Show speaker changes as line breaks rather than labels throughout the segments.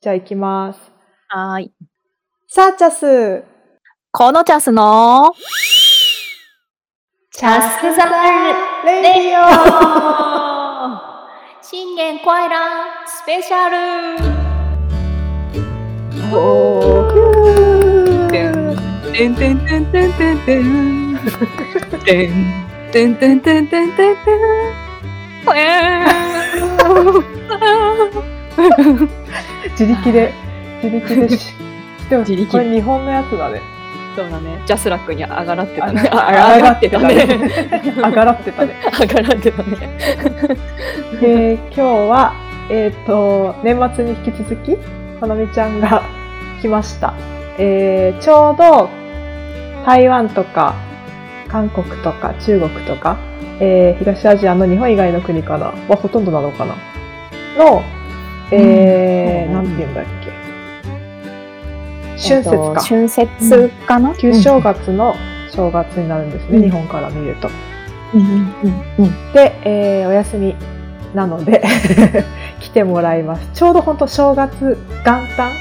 じゃあ行きます。
はーい。
さあ、チャス。
このチャスの、
チャスクザレディオ
新年コアラスペシャル
おーキ
て
ュー
んてんてんてんてんてんてん。てんてんてんてんてんてんてん。えー
自力で、自力で し。でも、
自力
これ日本のやつだね。
そうだね。ジャスラックに上がらってたね。
あ
あ上がってたね。
ね。上がらってたね。
上がらってたね。
で、今日は、えっ、と、年末に引き続き、まなみちゃんが 来ました。えーちょうど、台湾とか、韓国とか、中国とか、えー東アジアの日本以外の国かなはほとんどなのかなの、えー
うん
なんて言うんだっけ。春節か。
春節かな
旧正月の正月になるんですね、
うん
日本から見ると。
うんうんうん。
で、えーお休みなので 来てもらいますちょうど本当正月元旦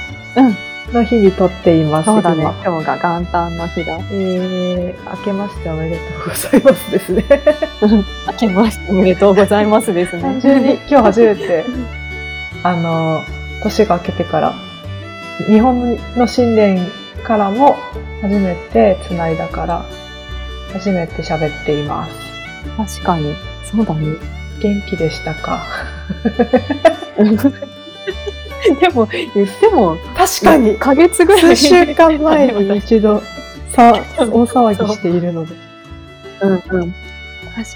の日に撮っています、
そうだね
今。
今日が元旦の日だ。
えー、明けましておめでとうございますですね
明けましておめでとうございますですね。
単純 に今日初めてあの年が明けてから日本の新年からも初めてつないだから初めて喋っています
確かに。そうだね。
元気でしたか
でも、言っても、
確
1ヶ月ぐら
数
い。
週間前に一度 さ大騒ぎしているので
うんうん。確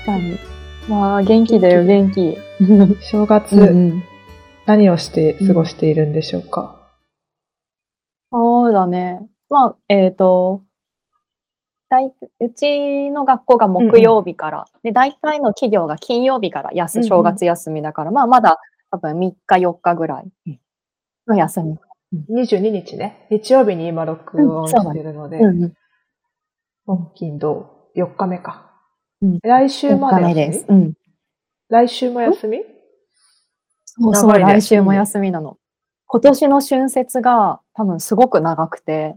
かに。わあ、元気だよ、元気。
正月、
うん。
何をして過ごしているんでしょうか、
そうだね。まあ、えっ、と、大うちの学校が木曜日から、で、大体の企業が金曜日から
うん
休、
うん
正月休みだから、まあ、まだ多分3日、4日ぐらいの休み。
22日ね日曜日に今録音してるので、
うん、
本金土4日目か、
うん
来週まで
4日目
休み
です。うん。
来週も休み
そうそう、
長いね
来週も休みなの。今年の春節が多分すごく長くて、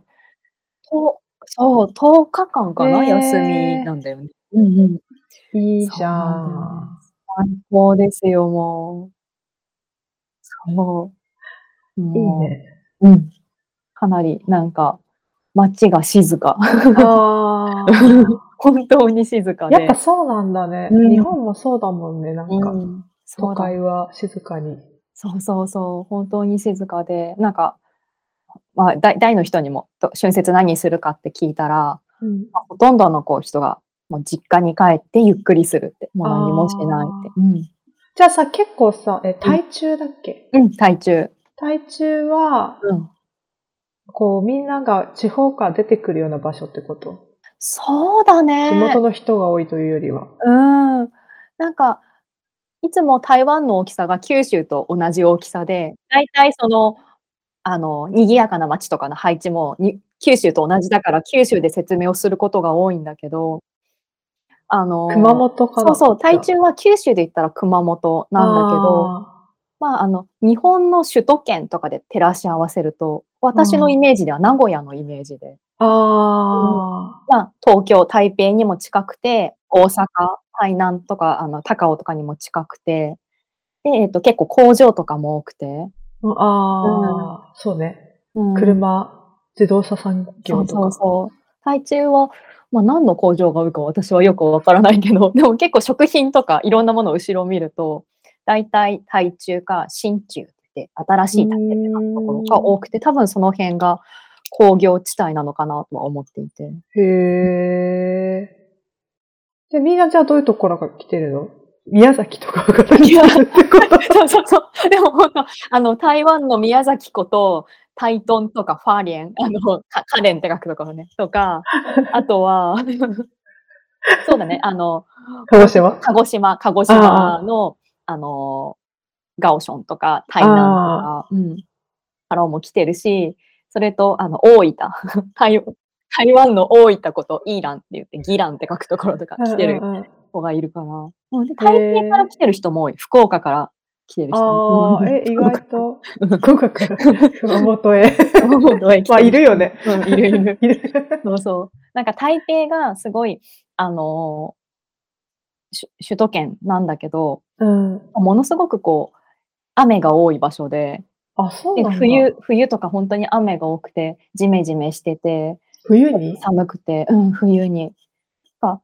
とそう、10日間かな、
へー
休みなんだよね。うんうん。
いいじゃ
そうなん
ん
最高ですよ、もう。そう。
いい
もう
ね
うん。かなり、なんか、街が静か。
あー
本当に静かで。
やっぱそうなんだね、
うん
日本もそうだもんねなんか、
うん、そ
都
うだ
会は静かに
そうそうそう、本当に静かで、なんか、まあ、大大の人にも、と春節何するかって聞いたら、
うん
まあほとんどのこう人が、もう実家に帰ってゆっくりするって、もう何もしないって。うん
じゃあさ結構さえ台中だっけ、
うん、体中。
台中は
うん。
こう、みんなが地方から出てくるような場所ってこと
そうだね。
地元の人が多いというよりは。
うん。なんか、いつも台湾の大きさが九州と同じ大きさで、大体その、あの、賑やかな街とかの配置もに九州と同じだから、九州で説明をすることが多いんだけど、あの、
熊本か
そ
な
うそう、台中は九州で言ったら熊本なんだけど、まあ、あの、日本の首都圏とかで照らし合わせると、私のイメージでは名古屋のイメージで、
あーあ
まあ、東京、台北にも近くて、大阪、台南とか、あの、高尾とかにも近くて、で、えっと、結構工場とかも多くて、
ー、あーそうね。
うん
車、自動車産
そ
業
う
と
そ
か。
うそう。台中は、まあ、何の工場が多いか私はよくわからないけど、 でも結構食品とかいろんなものを後ろを見ると、大体台中か新中って新しい建てって書くところが多くて、多分その辺が工業地帯なのかなとは思っていて。
へえ。で、みんなじゃあどういうところから来てるの宮崎とかから来てるってこと
そうそうそう。でも本当、あの、台湾の宮崎湖と、タイトンとかファーリエン、あの、カカレンって書くところね、とか、あとは、そうだね、あの、
鹿児島
鹿児島、鹿児島の、あの、ガオションとか、台南とか、うん、からも来てるし、それと、あの、大分、 台台湾の大分こと、イーランって言って、ギランって書くところとか来てる
うんうんうん
子がいるから、うんで台北から来てる人も多い、福岡から来てる人。
ああ、え、意 外と、福岡から熊本へ。
熊本へ来てる人
まあ、いるよね。
うん、いるい る。
いる。
そうそう。なんか台北がすごい、あのーし首都圏なんだけど、
うん。
ものすごくこう、雨が多い場所で、
あ、そう
で
なんだ。
冬、冬とか本当に雨が多くて、ジメジメしてて、
冬に
寒くて、うん、冬に。なんか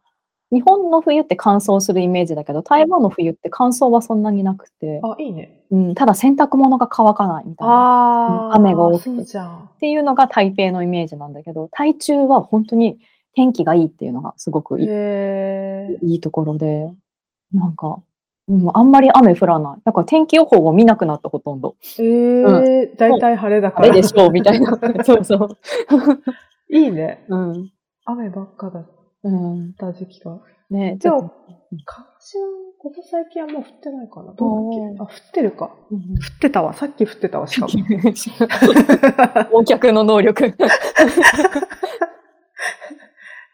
日本の冬って乾燥するイメージだけど、台湾の冬って乾燥はそんなになくて、
あ、いいね。
うん、ただ洗濯物が乾かないみたいな。っ
ああ、
雨が多くて
そうじゃん。
ていうのが台北のイメージなんだけど、台中は本当に天気がいいっていうのがすごくいい,、
へえ。
いいところで、なんか、うん、あんまり雨降らない。だから天気予報を見なくなったほとんど。
えー、大体晴れだか
あ
ら。
れでしょうみたいな。そうそう。
いいね。
うん。
雨ばっかだっ
うん。
た時期が。
ね
で
ちょっ
も
と、
鹿児島、ここ最近はもう降ってないかな。どうだっけあ、降ってるか。
う ん
降ってたわ。さっき降ってたわ、し かも。
忘却の能力。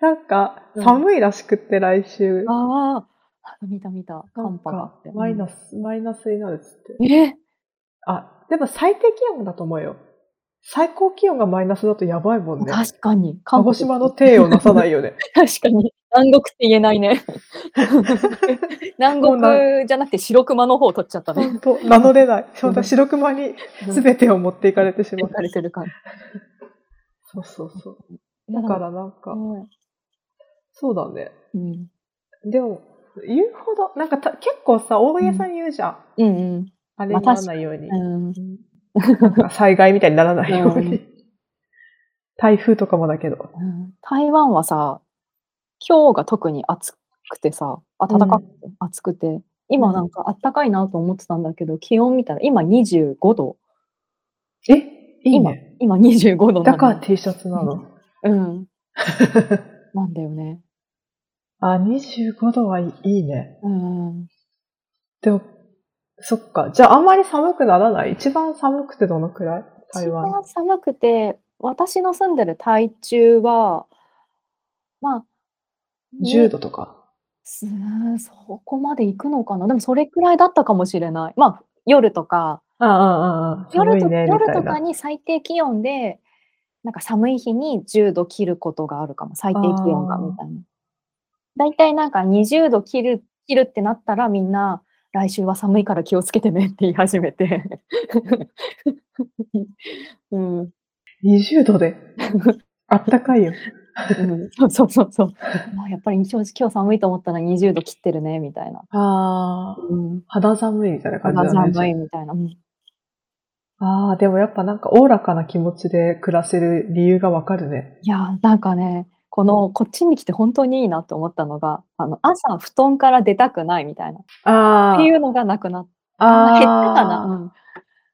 なんか
う、ん
寒いらしくって、来週。
ああ、見た見た。
なん
寒波があ
か
って。、
マイナス、マイナスになるっつって。
うん。え
あ、でも最低気温だと思うよ。最高気温がマイナスだとやばいもんね。
確かに。
鹿
韓
児
国
島の体をなさないよ ね。
確かに。南国って言えな いね。南
もうな
国じゃなくて白熊の方を取っちゃったね。
本当名乗れない。そうだ、白熊に
て
全てを持っていかれてしまう。
されてる感
そうそうそう。
じ。
だからなんか、そうだね。
うん。
でも、言うほど、なんかた結構さ、大げさに言うじゃん。
うん
あれにならないように。
うん。
なんか災害みたいにならないよう
う
に。台風とかもだけど。
うん台湾はさ、今日が特に暑くてさ、あ暖かくて、暑くて、今なんか暖かいなと思ってたんだけど、気温見たら今25度。
えいいね。
今25度なの
だから T シャツなの。
うん。なんだよね。
あ、25度はいいいいね。
うん。
でも、そっか。じゃああんまり寒くならない一番寒くてどのくらい
一
台湾。
番寒くて、私の住んでる台中は、まあ、
10度とか。
すそこまで行くのかなでもそれくらいだったかもしれない。まあ、夜とか、
ああ、ああ、ああ。
夜
寒い
と
ね、み
夜
た
と
い
か
な。
に最低気温で、なんか寒い日に10度切ることがあるかも、最低気温が
あー
みたいな。大体なんか20度切る切るってなったらみんな、来週は寒いから気をつけてねって言い始めて。 うん、うん
20度 で。あったかいよ。
そうそうそうそう。 まあやっぱり正直今日寒いと思ったら20度切ってるねみたいな。
ああ、
うん、
肌寒いみたいな感じだね。
寒いみたいな。うん
ああ、でもやっぱなんかおおらかな気持ちで暮らせる理由がわかるね。
いやーなんかねこのこっちに来て本当にいいなと思ったのがあの朝布団から出たくないみたいなっ
ああ。
ていうのがなくなっ
あ
た
あ。
減ったかな、うん、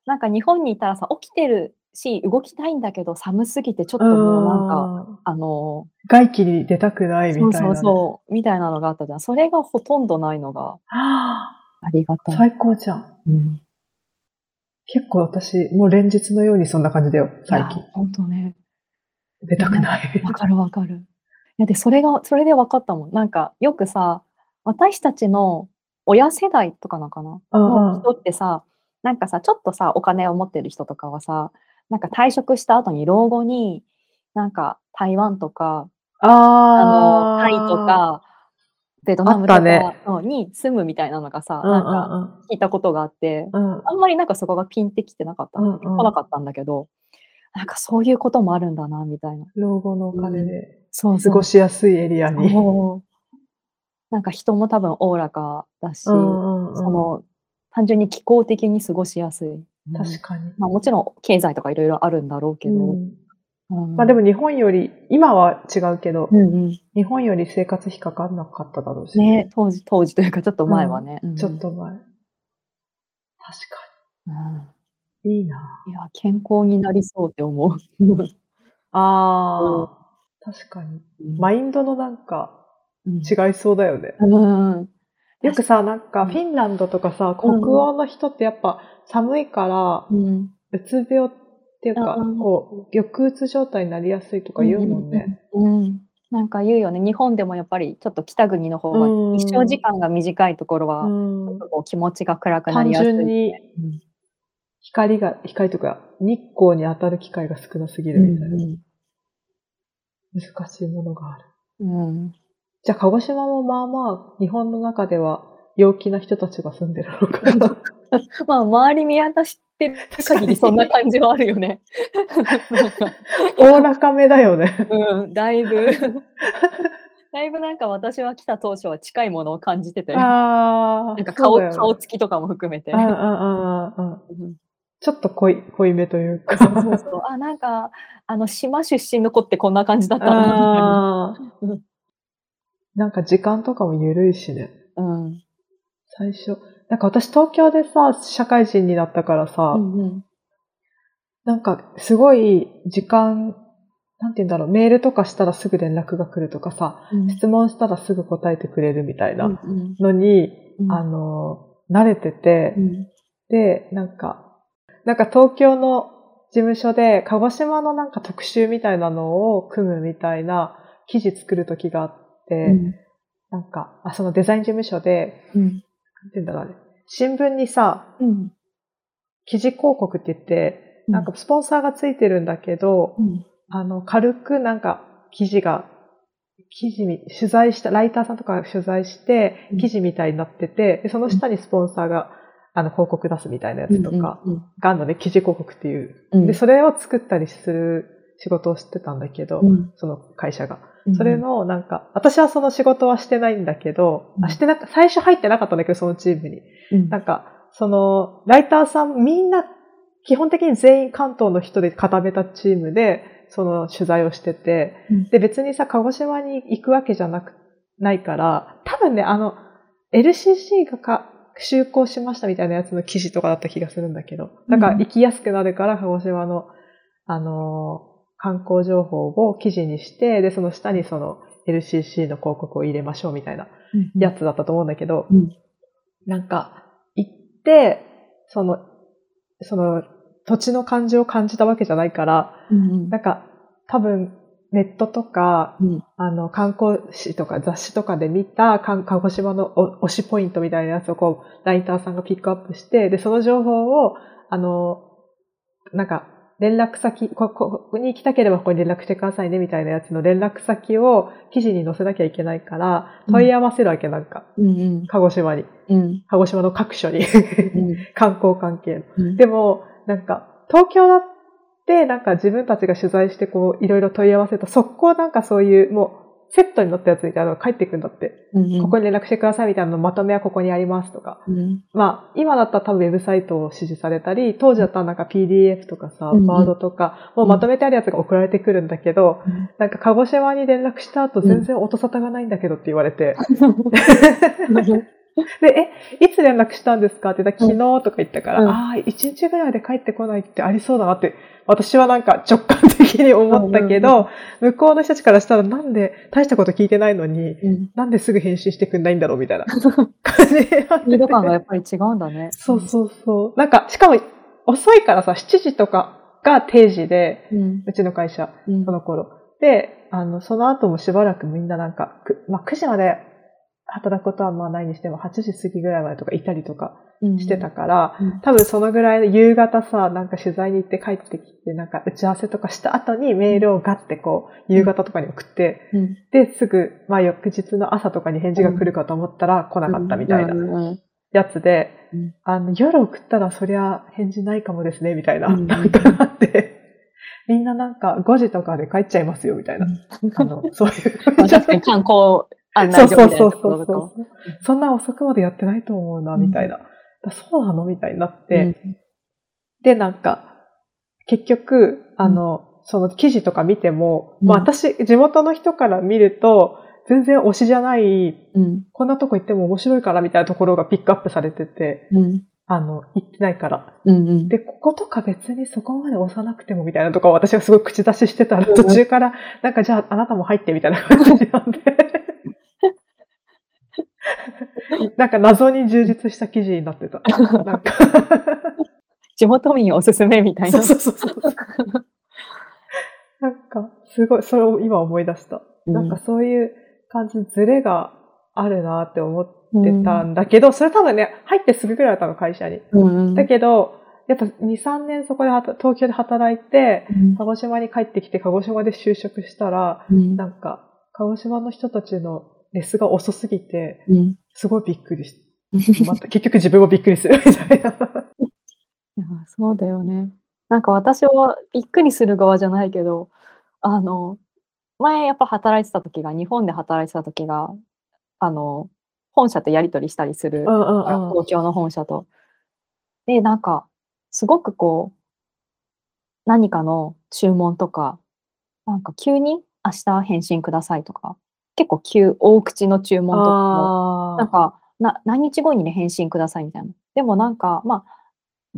なんか日本にいたらさ起きてるし動きたいんだけど寒すぎてちょっともうなんか、
うん
あの
外気に出たくない
ー
みたい
そう
なね。
そうそうみたいなのがあったじゃんそれがほとんどないのが
は
ありが
あ
たい、
最高じゃん。
うん、
結構私、もう連日のようにそんな感じだよ、最近。
本当ね
出たくない。
わかるわかる。いやでそれがそれで分かったもん。なんかよくさ私たちの親世代とかなのかな
うんうん
の人ってさなんかさちょっとさお金を持ってる人とかはさなんか退職した後に老後になんか台湾とか
あ
あ
あ
のタイと。かベトナムと
あ
か
ったね
うんに住むみたいなのがさ、
うん
なんか聞いたことがあって
うんうん。
あんまりなんかそこがピンってきてなかった、
うんうん
来なかったんだけどなんかそういうこともあるんだなみたいな。
老後のお金で
そう
過
そう
ごしやすいエリアに。
もうなんか人も多分おおらかだし、
うんうん
そ
うん
の単純に気候的に過ごしやすい。
確かに。
まあ、もちろん経済とかいろいろあるんだろうけど、
うんまあで
も、
も日本より、今は違うけど
う、んうん
日本より生活費かかんなかっただろうし。
ね、当時当時というかちょっと前はね、うん
ちょっ、と前。確か
うん
に。いいな。
いや健康になりそうって思う。
ああ、確かに。マインドのなんか
うん
違いそうだよね。
うん
よくさ、なんか
うん
フィンランドとかさ、北欧の人ってやっぱ寒いから
う、ん
うつ病っていうか
う、ん
こう、抑うつ状態になりやすいとか言うもんね。
うんなんか言うよね、日本でもやっぱりちょっと北国の方
うん
は日照時間が短いところ
う
は、ちょっ
ん
とこう気持ちが暗くな
単
りやすい。
純に
うん
光が、光とか日光に当たる機会が少なすぎるみたいな、難しいものがある。
うんうん
じゃあ、鹿児島もまあまあ、日本の中では陽気な人たちが住んでるのか な。
まあ、周り見渡してる限りそんな感じはあるよね。なんか
おおらかめだよ ね。
うん、だい ぶ。だいぶなんか私は来た当初は近いものを感じてて、な
ああ。
んか顔,、
そうだよね
顔つきとかも含めて。
ああ、ああ、ああ。
うん
ちょっと濃い、濃いめというか。
そうそうそう。あ、なんか、あの、島出身の子ってこんな感じだったな、
ああ
うん。
なんか時間とかも緩いしね。
みたいな。うん。
最初。なんか私東京でさ、社会人になったからさ、
うんうん
なんかすごい時間、なんて言うんだろう、メールとかしたらすぐ連絡が来るとかさ、
うん
質問したらすぐ答えてくれるみたいな
うん
のに、
うん
あの、慣れてて、
うん
で、なんか、なんか東京の事務所で鹿児島のなんか特集みたいなのを組むみたいな記事作る時があって、
うん
なんか、あ、そのデザイン事務所で、
うん
なんて言うんだろうね、新聞にさ、
うん
記事広告って言って、なんかスポンサーがついてるんだけど、
うん
あの、軽くなんか記事が、記事み、取材した、ライターさんとかが取材して
うん、
記事みたいになってて、でその下にスポンサーが、あの、広告出すみたいなやつとか、
うん
があるので、記事広告っていう。
うん
で、それを作ったりする仕事をしてたんだけど、
うん
その会社が。
うん
それの、なんか、私はその仕事はしてないんだけど、
うん
あしてなか、最初入ってなかったんだけど、そのチームに。
うん
なんか、その、ライターさん、みんな、基本的に全員関東の人で固めたチームで、その取材をしてて
うん、
で、別にさ、鹿児島に行くわけじゃなく、ないから、多分ね、あの、LCC がか、就航しましたみたいなやつの記事とかだった気がするんだけど、なんか
うん
行きやすくなるから、鹿児島の、あのー観光情報を記事にして、で、その下にその LCC の広告を入れましょうみたいな
うん
やつだったと思うんだけど、
うん
なんか、行って、その、その、土地の感じを感じたわけじゃないから、
うんうん
なんか、多分、ネットとか、
うん
あの、観光誌とか雑誌とかで見た、かん鹿児島のお推しポイントみたいなやつをこう、ライターさんがピックアップして、で、その情報を、あの、なんか、連絡先、ここここに行きたければここに連絡してくださいねみたいなやつの連絡先を記事に載せなきゃいけないから、
うん
問い合わせるわけなんか、
うん
鹿児島に。
うん
鹿児島の各所に
うん
観光関係の。
うん
でも、なんか、東京だって、なんか自分たちが取材して、こう、いろいろ問い合わせると、速攻なんかそういう、もう、セットになったやつみたいなのが返ってくるんだって。
うん
ここに連絡してくださいみたいなの、まとめはここにありますとか。
うん
まあ、今だったら多分ウェブサイトを指示されたり、当時だったらなんか PDF とかさ、ワ
うんうん
ードとか、もうまとめてあるやつが送られてくるんだけど、
うん
なんか鹿児島に連絡した後、全然音沙汰がないんだけどって言われて、で、え、いつ連絡したんですかって言ったら、
う
昨日とか言ったから、
うん
ああ、一日ぐらいで帰ってこないってありそうだなって、私はなんか直感的に思ったけど、向こうの人たちからしたら、なんで大したこと聞いてないのに、
うん
なんですぐ返信してくんないんだろうみ たいな感じになって
スピード感がや
て。
っぱり違うんだね。
そうそうそう。なんか、しかも、遅いからさ、7時とかが定時で、
うん。
うちの会社。
うん
その頃。で、あの、その後もしばらくみんななんか、くまあ、9時まで働くことはまあないにしても、8時過ぎぐらいまでとかいたりとかしてた。から、
うん
多分そのぐらいの夕方さ、なんか取材に行って帰ってきて、なんか打ち合わせとかした後にメールをガッてこう、夕方とかに送って、
うん
で、すぐ、まあ翌日の朝とかに返事が来るかと思ったら来なかったみたいな
うんうん
やつで
うん、
あの、夜送ったらそりゃ返事ないかもですね、みたいな、
うん
なんかあって、みんななんか5時とかで帰っちゃいますよ、みたいな。あの、そういう。
まあ確かに観光案
そ
内
うそ
所
う
みた
そ
いな
う
とこ
そ
ろ
う
だ
そ
と。
う。そんな遅くまでやってないと思うな、みたいな。だそうなのみたいになって、で、なんか、結局、あの、その記事とか見ても、
うん
まあ私、地元の人から見ると、全然推しじゃない、
うん。
こんなとこ行っても面白いからみたいなところがピックアップされてて、
うん。
あの、行ってないから。
うん。うん。
で、こことか別にそこまで押さなくてもみたいなとかを私がすごい口出ししてたら、
うん
途中から、なんかじゃああなたも入ってみたいな感じなんで。なんか謎に充実した記事になってた。なんか
地元民おすすめみたい
そ
な
う。そうそうそう。なんか、すごい、それを今思い出した。なんかそういう感じ、ズレがあるなって思ってたんだけど、それ多分ね、入ってすぐぐらいだったの、会社に。
うん
だけど、やっぱ2、3年そこで働東京で働いて、鹿児島に帰ってきて、鹿児島で就職したら、
うん
なんか、鹿児島の人たちのレスが遅すぎて、
うん
すごいびっくりしま た結局自分もびっくりするみたいな。
いやそうだよね。なんか私はびっくりする側じゃないけど、あの、前やっぱ働いてた時が、日本で働いてた時が、あの、本社とやり取りしたりする、
うんうんうん
東京の本社と。で、なんか、すごくこう、何かの注文とか、なんか急に明日返信くださいとか、結構急、大口の注文とかも
あ
なん
ー
か、な何日後にね、返信くださいみたいな。でもなんか、まあ、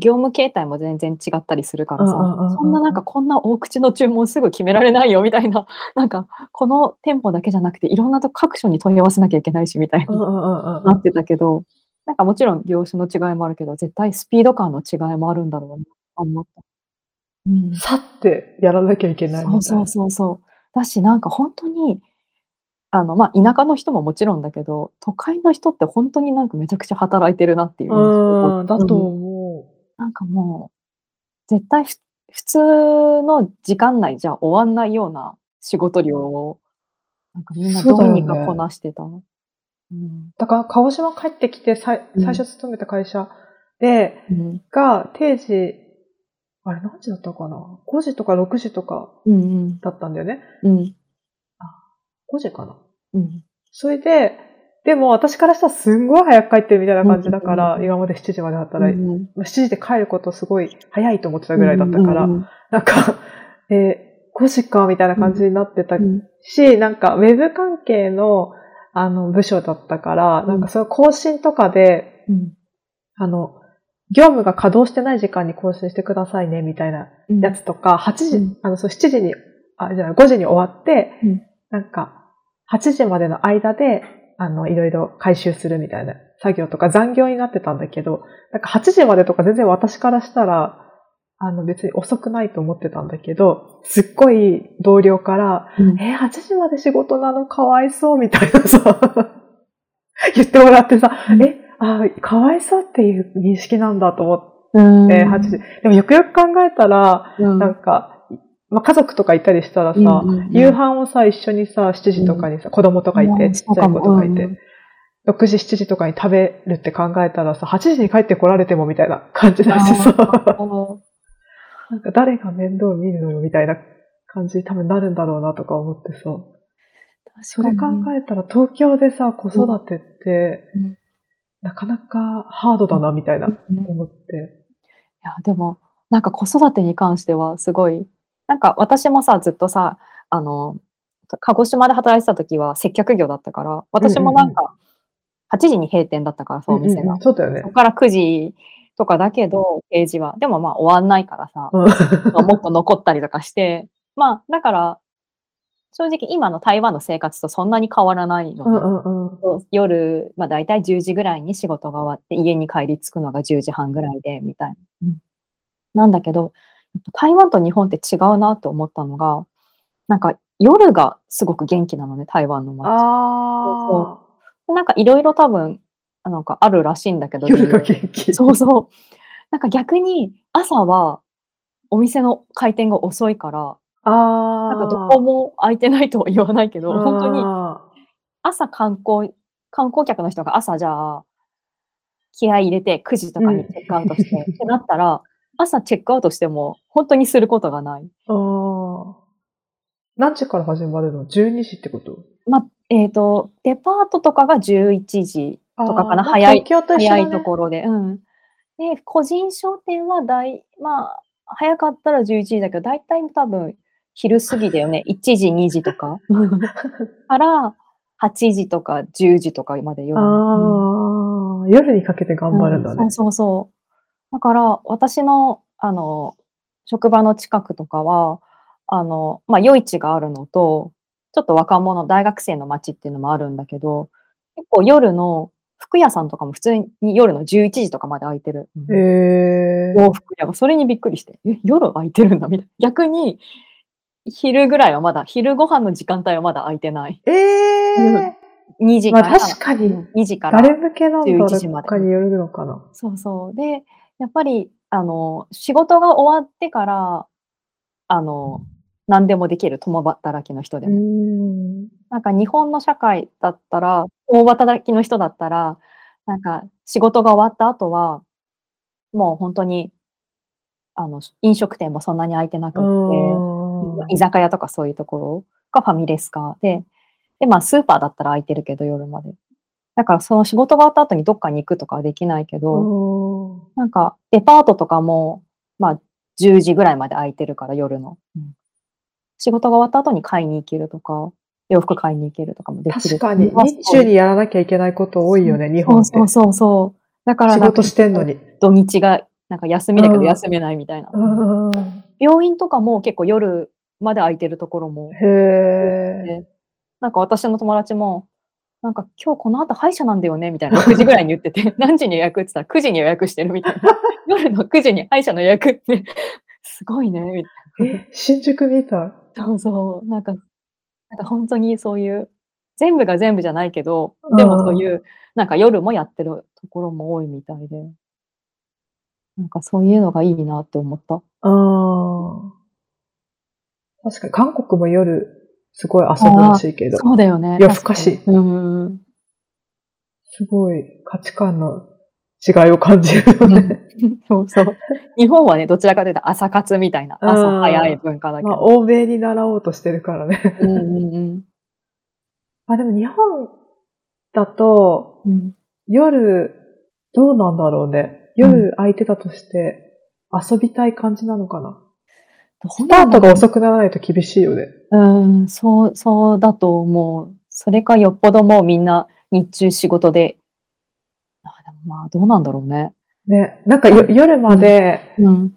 業務形態も全然違ったりするから
うんうんうんうん
さ、そんななんかこんな大口の注文すぐ決められないよみたいな、なんかこの店舗だけじゃなくていろんなとこ各所に問い合わせなきゃいけないしみたい
うんう
な、
んうんう
なんってたけど、なんかもちろん業種の違いもあるけど、絶対スピード感の違いもあるんだろうな、あんま。うん
さってやらなきゃいけないみたい
そう
な。
そうそうそう。だし、なんか本当に、あの、まあ、田舎の人ももちろんだけど、都会の人って本当になんかめちゃくちゃ働いてるなっていう。
うん、だと
うん
思
なんかもう、絶対ふ普通の時間内じゃ終わんないような仕事量を、なんかみんな
そ
ど
うだ
う
よね
にかこなしてた。うん
う。だから、鹿児島帰ってきて、さい
うん
最初勤めた会社で、
うん。
が、定時、あれ何時だったかな ?5 時とか6時とか
うん。
だったんだよね。
うん。
5時かな
うん。
それで、でも私からしたらすんごい早く帰ってるみたいな感じだから、
うん
今まで7時まで働いて、
うん
まあ7時で帰ることすごい早いと思ってたぐらいだったから、
うんうん
なんか、 えー5時かみたいな感じになってた
うん
し、なんかウェブ関係のあの部署だったから、なんかその更新とかで、
うん
あの、業務が稼働してない時間に更新してくださいね、みたいな
うん
やつとか、8時、
うん
あの、そう、7時に、あ、じゃない、5時に終わって、
うん
なんか、8時までの間で、あの、いろいろ回収するみたいな作業とか残業になってたんだけど、なんか8時までとか全然私からしたら、あの、別に遅くないと思ってたんだけど、すっごい同僚から、
うん
えー、8時まで仕事なのかわいそうみたいなさ、 言ってもらってさ、
うん
え、あー、かわいそうっていう認識なんだと思って、
うん
8時。でもよくよく考えたら、
うん
なんか、まあ、家族とかいたりしたらさ、
うんうんうん
夕飯をさ、一緒にさ、7時とかにさ、子供とかい
うん
て、ちっちゃい子とかい
そうかも
て、6時、7時とかに食べるって考えたらさ、8時に帰ってこられてもみたいな 感じだしさ、
あの
なんか誰が面倒見るのよみたいな感じに多分なるんだろうなとか思ってさ、それ考えたら東京でさ、子育てって、
うん
なかなかハードだなみたいな
うん
思って。
いやでもなんか子育てに関してはすごいなんか私もさずっとさあの鹿児島で働いてた時は接客業だったから私もなんか8時に閉店だったからさお店
うんうんう
が
んそうだよね
そこ。から9時とかだけど営時はでもまあ終わんないからさ
うん
まあもっと残ったりとかしてまあだから正直今の台湾の生活とそんなに変わらないの
う
ね
んうんうん。
夜、まあ、大体10時ぐらいに仕事が終わって家に帰り着くのが10時半ぐらいでみたいな。なんだけどやっぱ台湾と日本って違うなと思ったのがなんか夜がすごく元気なのね台湾の街。
ああ。
なんかいろいろ多分なんかあるらしいんだけど
夜が元気。
そうそう。なんか逆に朝はお店の開店が遅いから
ああ。
なんかどこも空いてないとは言わないけど本当に
に。
朝観光、観光客の人が朝じゃあ、気合い入れて9時とかにチェックアウトして、ってなったら、朝チェックアウトしても本当にすることがない。
ああ。何時から始まるの ?12 時ってこと
まあ、えっ、と、デパートとかが11時、とかかな
あー
早い
東京と一緒だ
早
ね
いところで。うん。で、個人商店は大、まあ、早かったら11時だけど、大体多分昼過ぎだよ ね。1時、2時とか。から、8時とか10時とかまで夜
あ
の。うん
あ、夜にかけて頑張るんだ
う
ね
ん。そうそうそう。だから、私の、あの、職場の近くとかは、あの、まあ、夜市があるのと、ちょっと若者、大学生の街っていうのもあるんだけど、結構夜の、服屋さんとかも普通に夜の11時とかまで開いてる。
ええー。
洋服屋が、それにびっくりして、え、夜開いてるんだ、みたいな。逆に、昼ぐらいはまだ、昼ご飯の時間帯はまだ空いてない。
ええ
2時
ま
か
あ
ら、
確かに、
2時から。
誰向けなんだ
11
ろ
時ま
う
で
かによるのかな。
そうそう。で、やっぱり、あの、仕事が終わってから、あの、何でもできる共働きの人で
う
も。
ん。
なんか日本の社会だったら、大働きの人だったら、なんか仕事が終わった後は、もう本当に、あの、飲食店もそんなに空いてなくって、居酒屋とかそういうところがファミレス化で、で、まあスーパーだったら空いてるけど夜まで。だからその仕事が終わった後にどっかに行くとかはできないけど、
うん
なんか、デパートとかも、まあ、10時ぐらいまで空いてるから、夜の。仕事が終わった後に買いに行けるとか、洋服買いに行けるとかもでき
確
る。
かに、
まあ
日中にやらなきゃいけないこと多いよね、日本って。
そうそうそうそう。だから
仕
なんか
事してんのに。
土日が、なんか休みだけ
う
ど
ん
休めないみたいな。
うん
病院とかも結構夜まで空いてるところも
へえ。
なんか私の友達も、なんか今日この後歯医者なんだよねみたいな、6時ぐらいに言っ てて、何時に予約って言ったら9時に予約してるみたいな。夜の9時に歯医者の予約って、すごいね、み
え新宿みたい。
たいな。そうそう。なんか、なんか本当にそういう、全部が全部じゃないけど、
うん
でもそういう、なんか夜もやってるところも多いみたいで、なんかそういうのがいいなって思った。
ああ。確かに、韓国も夜、すごい遊ぶらしいけど、
そうだよね。
夜更かし
確かに。うん。
すごい価値観の違いを感じるよね。
そうそう。 日本はね、どちらかというと朝活みたいな、
うん
朝早い文化だ け
まあ、
ど。
欧米に習おうとしてるからね。
うんうんうん
あ、でも日本だと、
うん
夜、どうなんだろうね。夜空いてたとして、遊びたい感じなのかな。スタートが遅くならないと厳しいよね。
うん、そう、そうだと思う。それかよっぽどもうみんな日中仕事で。あでもまあ、どうなんだろうね。
ね、なんかよ夜まで、
うん。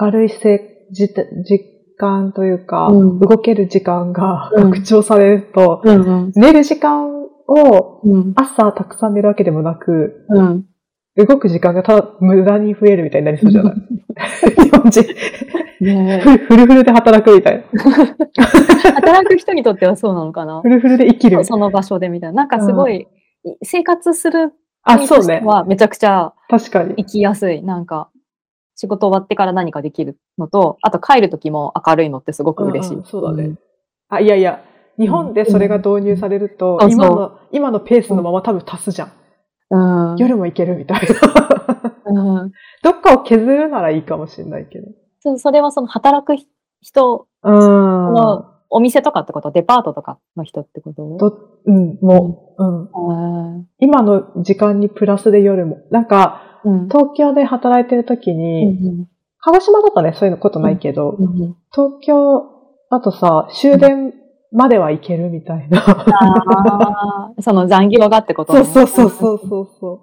明るいせじ時間というか、
うん
動ける時間が
うん
拡張されると、
うんうん。
寝る時間を
うん。
朝たくさん寝るわけでもなく、
うん。
動く時間がただ無駄に増えるみたいになりそうじゃ ない日本人、
ね え
フフルフルで働くみたいな。
働く人にとってはそうなのかな
フ。ルフルで生きるみたい
その場所でみたいな。なんかすごい、い生活する
な。あ、そうね。
はめちゃくちゃ
確かに。
行きやすい。なんか、仕事終わってから何かできるのと、あと帰るときも明るいのってすごく嬉し
うんう
い
ん。そうだね。あ、いやいや、日本でそれが導入されると、
うん
今
そ
の、今のペースのまま多分足すじゃん。
うん。うん。
夜も行けるみたいな。
うん
どっかを削るならいいかもしれないけど。
そうそれはその働く人、
うん。
のお店とかってことデパートとかの人ってこと
ど、うん、もう、うん。
うん。
今の時間にプラスで夜も。なんか、
うん。
東京で働いてる時
う
に、
ん
鹿児島だとね、そういうことないけど、
うん
東京だとさ、終電までは行けるみたいな。
あーその残業がってこと
そう
ね
そうそうそうそうそう。っ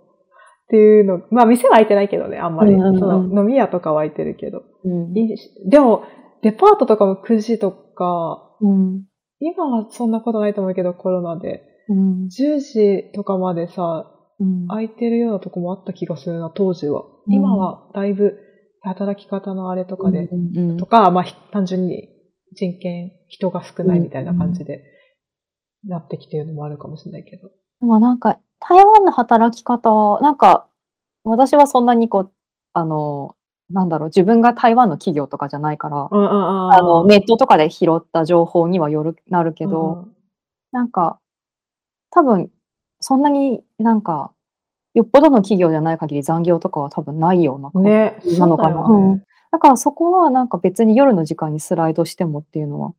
ていうの。まあ、店は開いてないけどね、あんまり。
うんうんうん
その飲み屋とかは開いてるけど。
うん。
いいしでも、デパートとかも9時とか、
うん。
今はそんなことないと思うけど、コロナで。
うん。
10時とかまでさ、
うん
空いてるようなとこもあった気がするな、当時は。
うん
今はだいぶ働き方のあれとかで、
うんうん
とか、まあひ単純に人権、人が少ないみたいな感じで、なってきてるのもあるかもしれないけど。
でもなんか、台湾の働き方、なんか、私はそんなにこう、あの、なんだろう、自分が台湾の企業とかじゃないから、
うんうんうん
あの、ネットとかで拾った情報にはよる、なるけど、
うん
なんか、多分、そんなになんか、よっぽどの企業じゃない限り残業とかは多分ないような感
ね、
じなのかな。
そうだよ
う
ね
んだからそこはなんか別に夜の時間にスライドしてもっていうのは。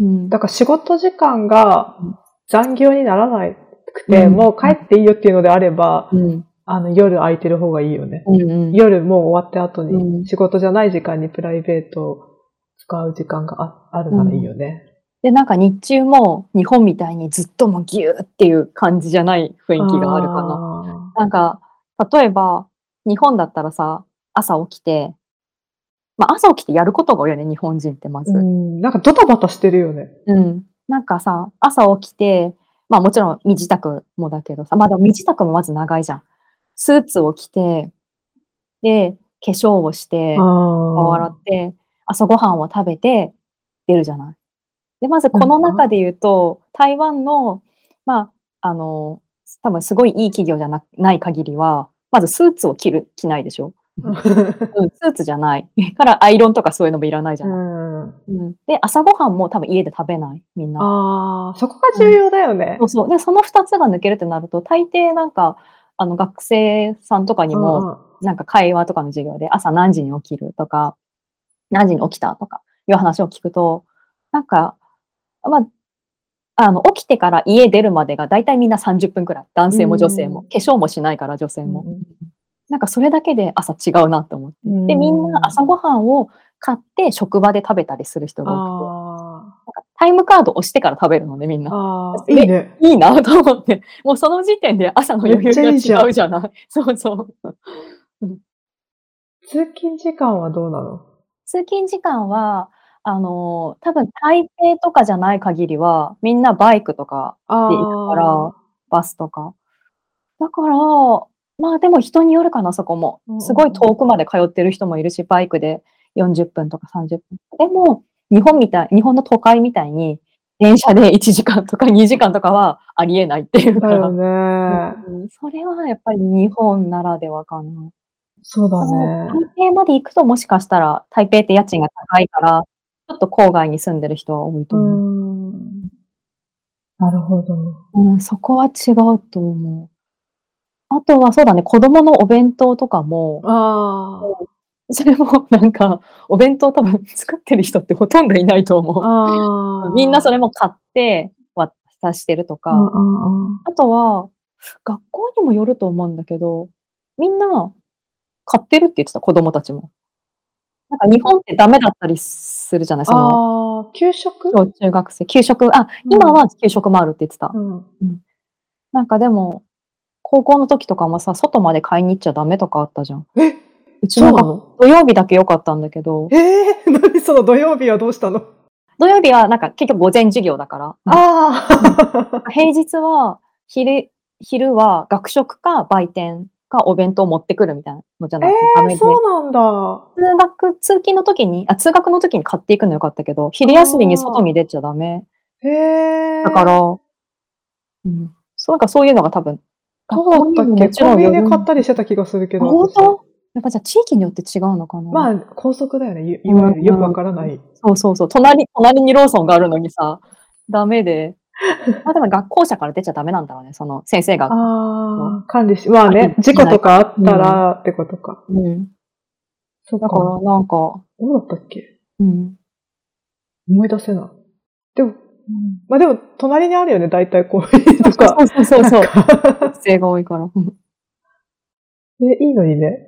うん。
だから仕事時間が
うん
残業にならなくて、
うん
もう帰っていいよっていうのであれば、
うん。
あの、夜空いてる方がいいよね。
うんうん。
夜もう終わった後
うん
に仕事じゃない時間にプライベートを使う時間がああるならいいよね。
で、なんか日中も日本みたいにずっともうギューっていう感じじゃない雰囲気があるかな。
な。
なんか、例えば、日本だったらさ、朝起きて、まあ朝起きてやることが多いよね、日本人ってまず。
うん、なんかドタバタしてるよね。
うん。なんかさ、朝起きて、まあもちろん身支度もだけどさ、まあでも身支度もまず長いじゃん。スーツを着て、で、化粧をして、
あ
顔
あ
洗って、朝ごはんを食べて、出るじゃない。で、まずこの中で言うと、台湾の、まあ、あの、多分すごいいい企業じゃなない限りは、まずスーツを着る、着ないでしょ。うん、スーツじゃない。 からアイロンとかそういうのもいらないじゃ
う
ない。
ん。
うん、で、朝ごはんも多分家で食べない、みんな。
ああ、そこが重要だよね
そ。うそう。で、その2つが抜けるってなると、大抵なんか、あの、学生さんとかにも、なんか会話とかの授業で朝何時に起きるとか、何時に起きたとかいう話を聞くと、なんか、まあ、あの、起きてから家出るまでが大体みんな30分くらい。男性も女性も。
うん
化粧もしないから女性
う
も。
ん
なんかそれだけで朝違うなって思って。
うん
で、みんな朝ごはんを買って職場で食べたりする人が多くて、
あ
タイムカード押してから食べるのね、みん
ー
な。
あー、
で
いいね。
いいなと思って、もうその時点で朝の余裕が
めっちゃいいじゃん
違うじゃない。そうそう。
通勤時間はどうなの
通勤時間は、あのー、多分台北とかじゃない限りは、みんなバイクとか
あ
で行くから、バスとか。だから、まあでも人によるかな、そこも
うんうんう。ん
すごい遠くまで通ってる人もいるし、バイクで40分とか30分。でも、日本みたい、日本の都会みたいに、電車で1時間とか2時 間とかはありえないっていうか
だよ
ら。
ね。
うんそれはやっぱり日本ならではかな。
そうだ
台
ね。
北まで行くともしかしたら台北って家賃が高いから、ちょっと郊外に住んでる人は多いと
う
思う。
ん。なるほど。
うんそこは違うと思う。あとはそうだね、子供のお弁当とかも、
あ
それもなんか、お弁当多分作ってる人ってほとんどいないと
あ。
思
ああ。
う。みんなそ
れ
れも買って渡してるとか、
うんうんうん。
あとは、学校にもよると思うんだけど、みんな買ってるって言ってた、子供たちも。なんか日本ってダメだったりするじゃないその、
ああ、給食
小中学生、給食、あ、
うん
今は給食もあるって言ってた。
うん。
なんかでも、高校の時とかもさ、外まで買いに行っちゃダメとかあったじゃん。
え
うち
そう
の
な
学
の
土曜日だけ良かったんだけど、
ええー、何その土曜日はどうしたの
土曜日はなんか結局午前授業だから、
あ あ。
平日は昼、昼は学食か売店かお弁当持ってくるみたいなのじゃなくて、ダメで
そうなんだ。
通学、通勤の時に、あ、通学の時に買っていくのよかったけど、昼休みに外に出ちゃダメ。
へえ。
だから、うん。そう、なんかそういうのが多分、
そうだったっけコ
学校
ンビ
にも
ニ
もちろんよ
で
る
買ったりしてた気がするけど。
本
私
当やっぱじゃあ地域によって違うのかな
まあ、高速だよね。いいわゆるよくわからない。
そうそうそう。隣、隣にローソンがあるのにさ、ダメで。 まあでも学校舎から出ちゃダメなんだろうね、その先生が。
ああ、管理し、まあね、
あ
事故とかあったらってことか。
うん。
そう
だ
か。
からなんか、
どうだったっけ
うん。
思い出せない。でも、まあでも、隣にあるよね、大体こういう
そ
と
う
か。
そうそうそう。
え、
学生が多いから。うん
いいのにね。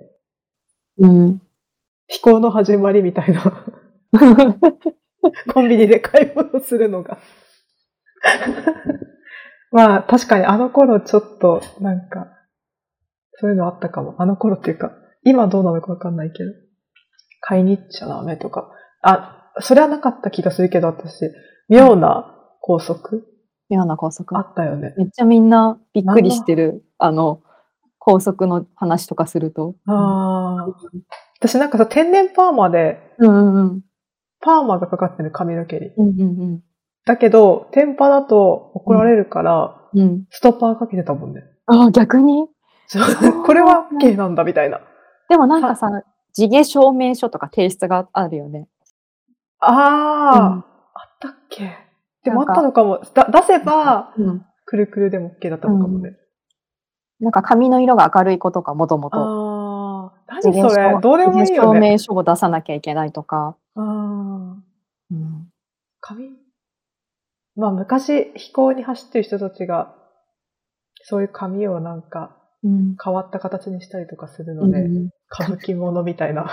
うん。
飛行の始まりみたいな。コンビニで買い物するのが。 まあ、確かにあの頃ちょっと、なんか、そういうのあったかも。あの頃っていうか、今どうなのかわかんないけど。買いに行っちゃダメとか。あ、それはなかった気がするけど、私、妙な校則
妙な校則
あ。ったよね。
めっちゃみんなびっくりしてる。あの、校則の話とかすると。
ああ。私なんかさ、天然パーマで、
うんうんうん。
パーマがかかってる髪の毛に。
うんうん
だけど、天パだと怒られるから、
うん。うん。
ストッパーかけてたもんね。
ああ、逆に
そう
そ う
これは OK なんだみたいな。
でもなんかさ、地毛証明書とか提出があるよね。
ああ、
うん
あったっけでも
なんか
あったのかも。だ出せば、
うん。
くるくるでも OK だったのかもね。
なんか髪の色が明るい子とかもともと。
ああ、
地
何
毛証
それどうでもいいよ
地毛証
ね。
明書を出さなきゃいけないとか。
ああ、
うん。
髪。まあ昔、飛行に走ってる人たちが、そういう髪をなんか
うん。
変わった形にしたりとかする
う
ので、
ん、
歌舞伎物み たいな、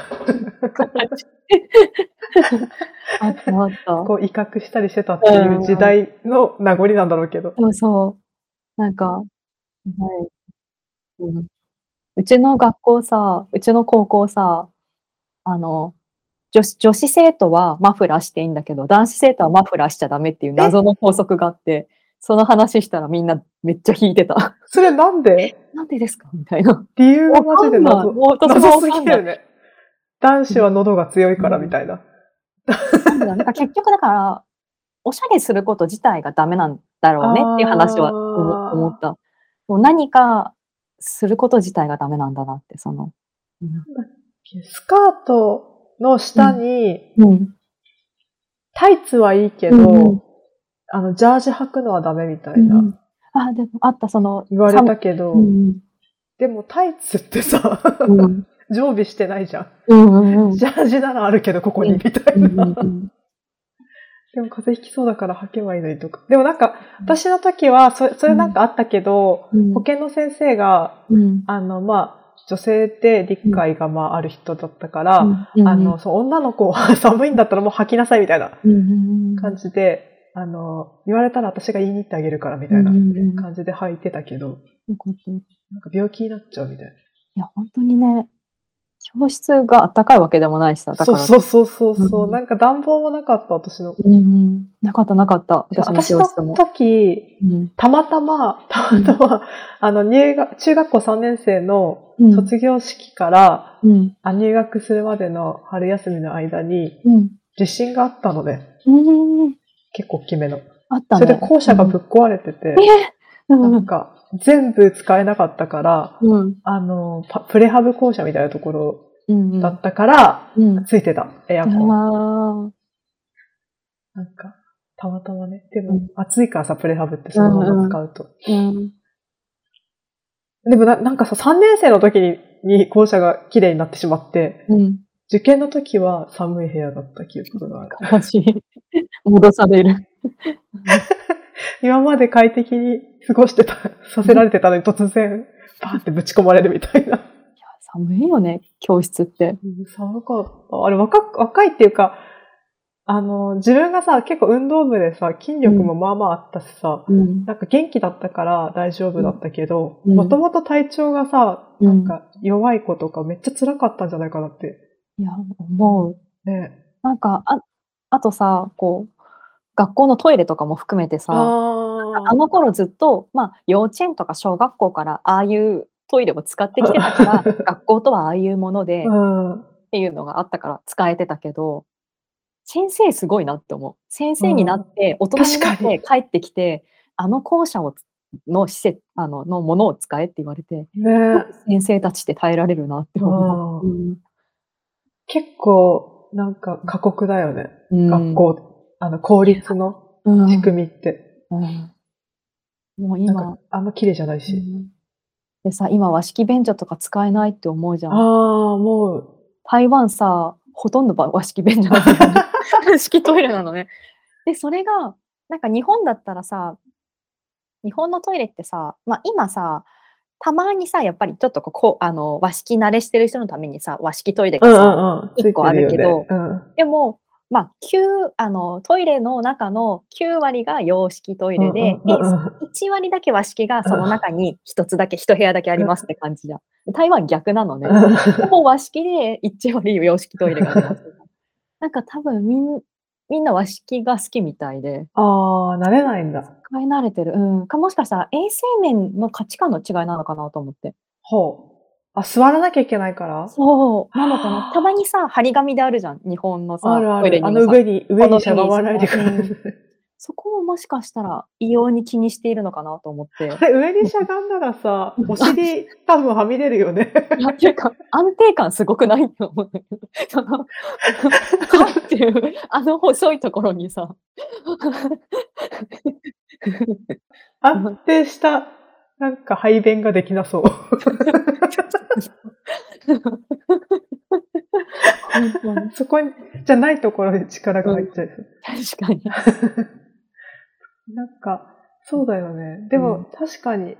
あったあった。
こう威嚇したりしてたっていう時代の名残なんだろうけど。
そうそう。なんか、はい。うん、うちの学校さ、うちの高校さ、あの、女子女子生徒はマフラーしていいんだけど、男子生徒はマフラーしちゃダメっていう謎の法則があって、その話したらみんなめっちゃ引いてた。
それなんで
なんでですかみたいな。
理由はマジで
わかんない
謎。
もう私も
謎
わ
す
か
ぎ
んな
る
い。
ね。男子は喉が強いからみたいな。
なんだろうなんか結局だから、おしゃれすること自体がダメなんだろうねっていう話は
あー
思思った。もう何かすること自体がダメなんだなって、その。
スカートの下に、
うん。
タイツはいいけど、
うんうん
あの、ジャージ履くのはダメみたいうな、
ん、あ、でもあった、その、
言われ
寒
たけど、
うん
でもタイツってさ、
うんうん
常備してないじゃん。
うんうんうん
ジャージならあるけど、ここに、
うん
みたい
うん
な。
うん
でも風邪ひきそうだから履けばいいのにとか。でもなんか、私の時は、そそれなんかあったけど、
うん
保健の先生が、
うん
あの、まあ、女性で理解がまあある人だったから、
うん
あの、そう、女の子は 寒いんだったらもう履きなさいみたいな
うんうんうん
感じで、あの、言われたら私が言いに行ってあげるからみたいな
うんうんうん
感じで履いてたけど、
よかったい
なんか病気になっちゃうみたい
や、本当にね、教室があったかいわけでもないしさ、
な。
だか
そう
ら。
そうそうそうそう、
うん
なんか暖房もなかった、私の。
うんうんなかった、なかった。
私
私の教室
の
も。
時、
うん
たまたま、たまたま、あの、入学、中学校3年生の
うん
卒業式から、
うん。
あ入学するまでの春休みの間に、
うん。
地震があったので、
うん。
結構大きめの。
あった
そ
ね。
れで校舎がぶっ壊れてて、
うんう
なんんか、全部使えなかったから、
うん。
あの、パプレハブ校舎みたいなところ
うん。
だったから、
うん。
ついてた、エアコン。
あ
なんか、たまたまね。で
う
も
ん、
暑いからさ、プレハブってそのまま使うと。
ーうん。
でもな、なんかさ、3年生の時に、に校舎が綺麗になってしまって、
うん。
受験の時は寒い部屋だった記憶がある。
悲しい。戻される。
今まで快適に過ごしてた、させられてたのに突然、バーってぶち込まれるみたいな。
寒いよね、教室って。
寒かった。あれ、若く、若いっていうか、あの、自分がさ、結構運動部でさ、筋力もまあまああったしさ、
うん。
なんか元気だったから大丈夫だったけど、
うん
もともと体調がさ、
うん
なんか弱い子とかめっちゃ辛かったんじゃないかなって。
いや、思う。
ね。
なんか、あ、あとさ、こう、学校のトイレとかも含めてさ、あ
あ
の頃ずっと、まあ、幼稚園とか小学校から、ああいうトイレを使ってきてたから、学校とはああいうもので、
ー。うん。
っていうのがあったから使えてたけど、先生すごいなって思う。先生になって、大人になっ
確かに
て帰ってきて、あの校舎をの施設あののものを使えって言われて、
ね。
先生たちって耐えられるなって思
うん
う。うん
結構、なんか過酷だよね。
うん
学校、あの、公立の
うん
仕組みって。
うんも
な
う
ん
今
か、、あんま綺麗じゃないうし。
んでさ、今和式便所とか使えないって思うじゃ
あ
ん。
あ、もう、
台湾さ、ほとんどば和式便所なんだよね式トイレなのね。で、それが、なんか日本だったらさ、日本のトイレってさ、まあ今さ、たまにさ、やっぱりちょっとこうこう、あの、和式慣れしてる人のためにさ、和式トイレ
う
が
んう
さ、
んうん。
一個ある
ついて
けど
るよね
でも、まあ、9あのトイレの中の9割が洋式トイレで、
うんうんうんうん
1割だけ和式がその中に1つだけ、1部屋だけありますって感じじゃん。台湾逆なのね。ほぼ和式で一応洋式トイレがあります。 なんか多分みんみんな和式が好きみたいで、
ああ、慣れないんだ。
使い慣れてる。うん。かもしかしたら衛生面の価値観の違いなのかなと思って。
ほう。あ、座らなきゃいけないから
そう。なのかな。たまにさ、張り紙であるじゃん。日本 のさ、
あるあ
トイレ
る。
に
あ
も
の
さ
上に、上
この
にしゃがまないでください。
そこをもしかしたら異様に気にしているのかなと思 っ て。
あれ、上にしゃがんだら さ、お尻多分はみ出るよね。
いやっていうか、安定感すごくないって思うんだ けど、その、缶っていう、あの細いところにさ、
安定した、なんか排便ができなそう。
本当に
そこに、じゃないところに力が入っちゃいそう。
確かに。
なんか、そうだよね。で
うん
も、確かに。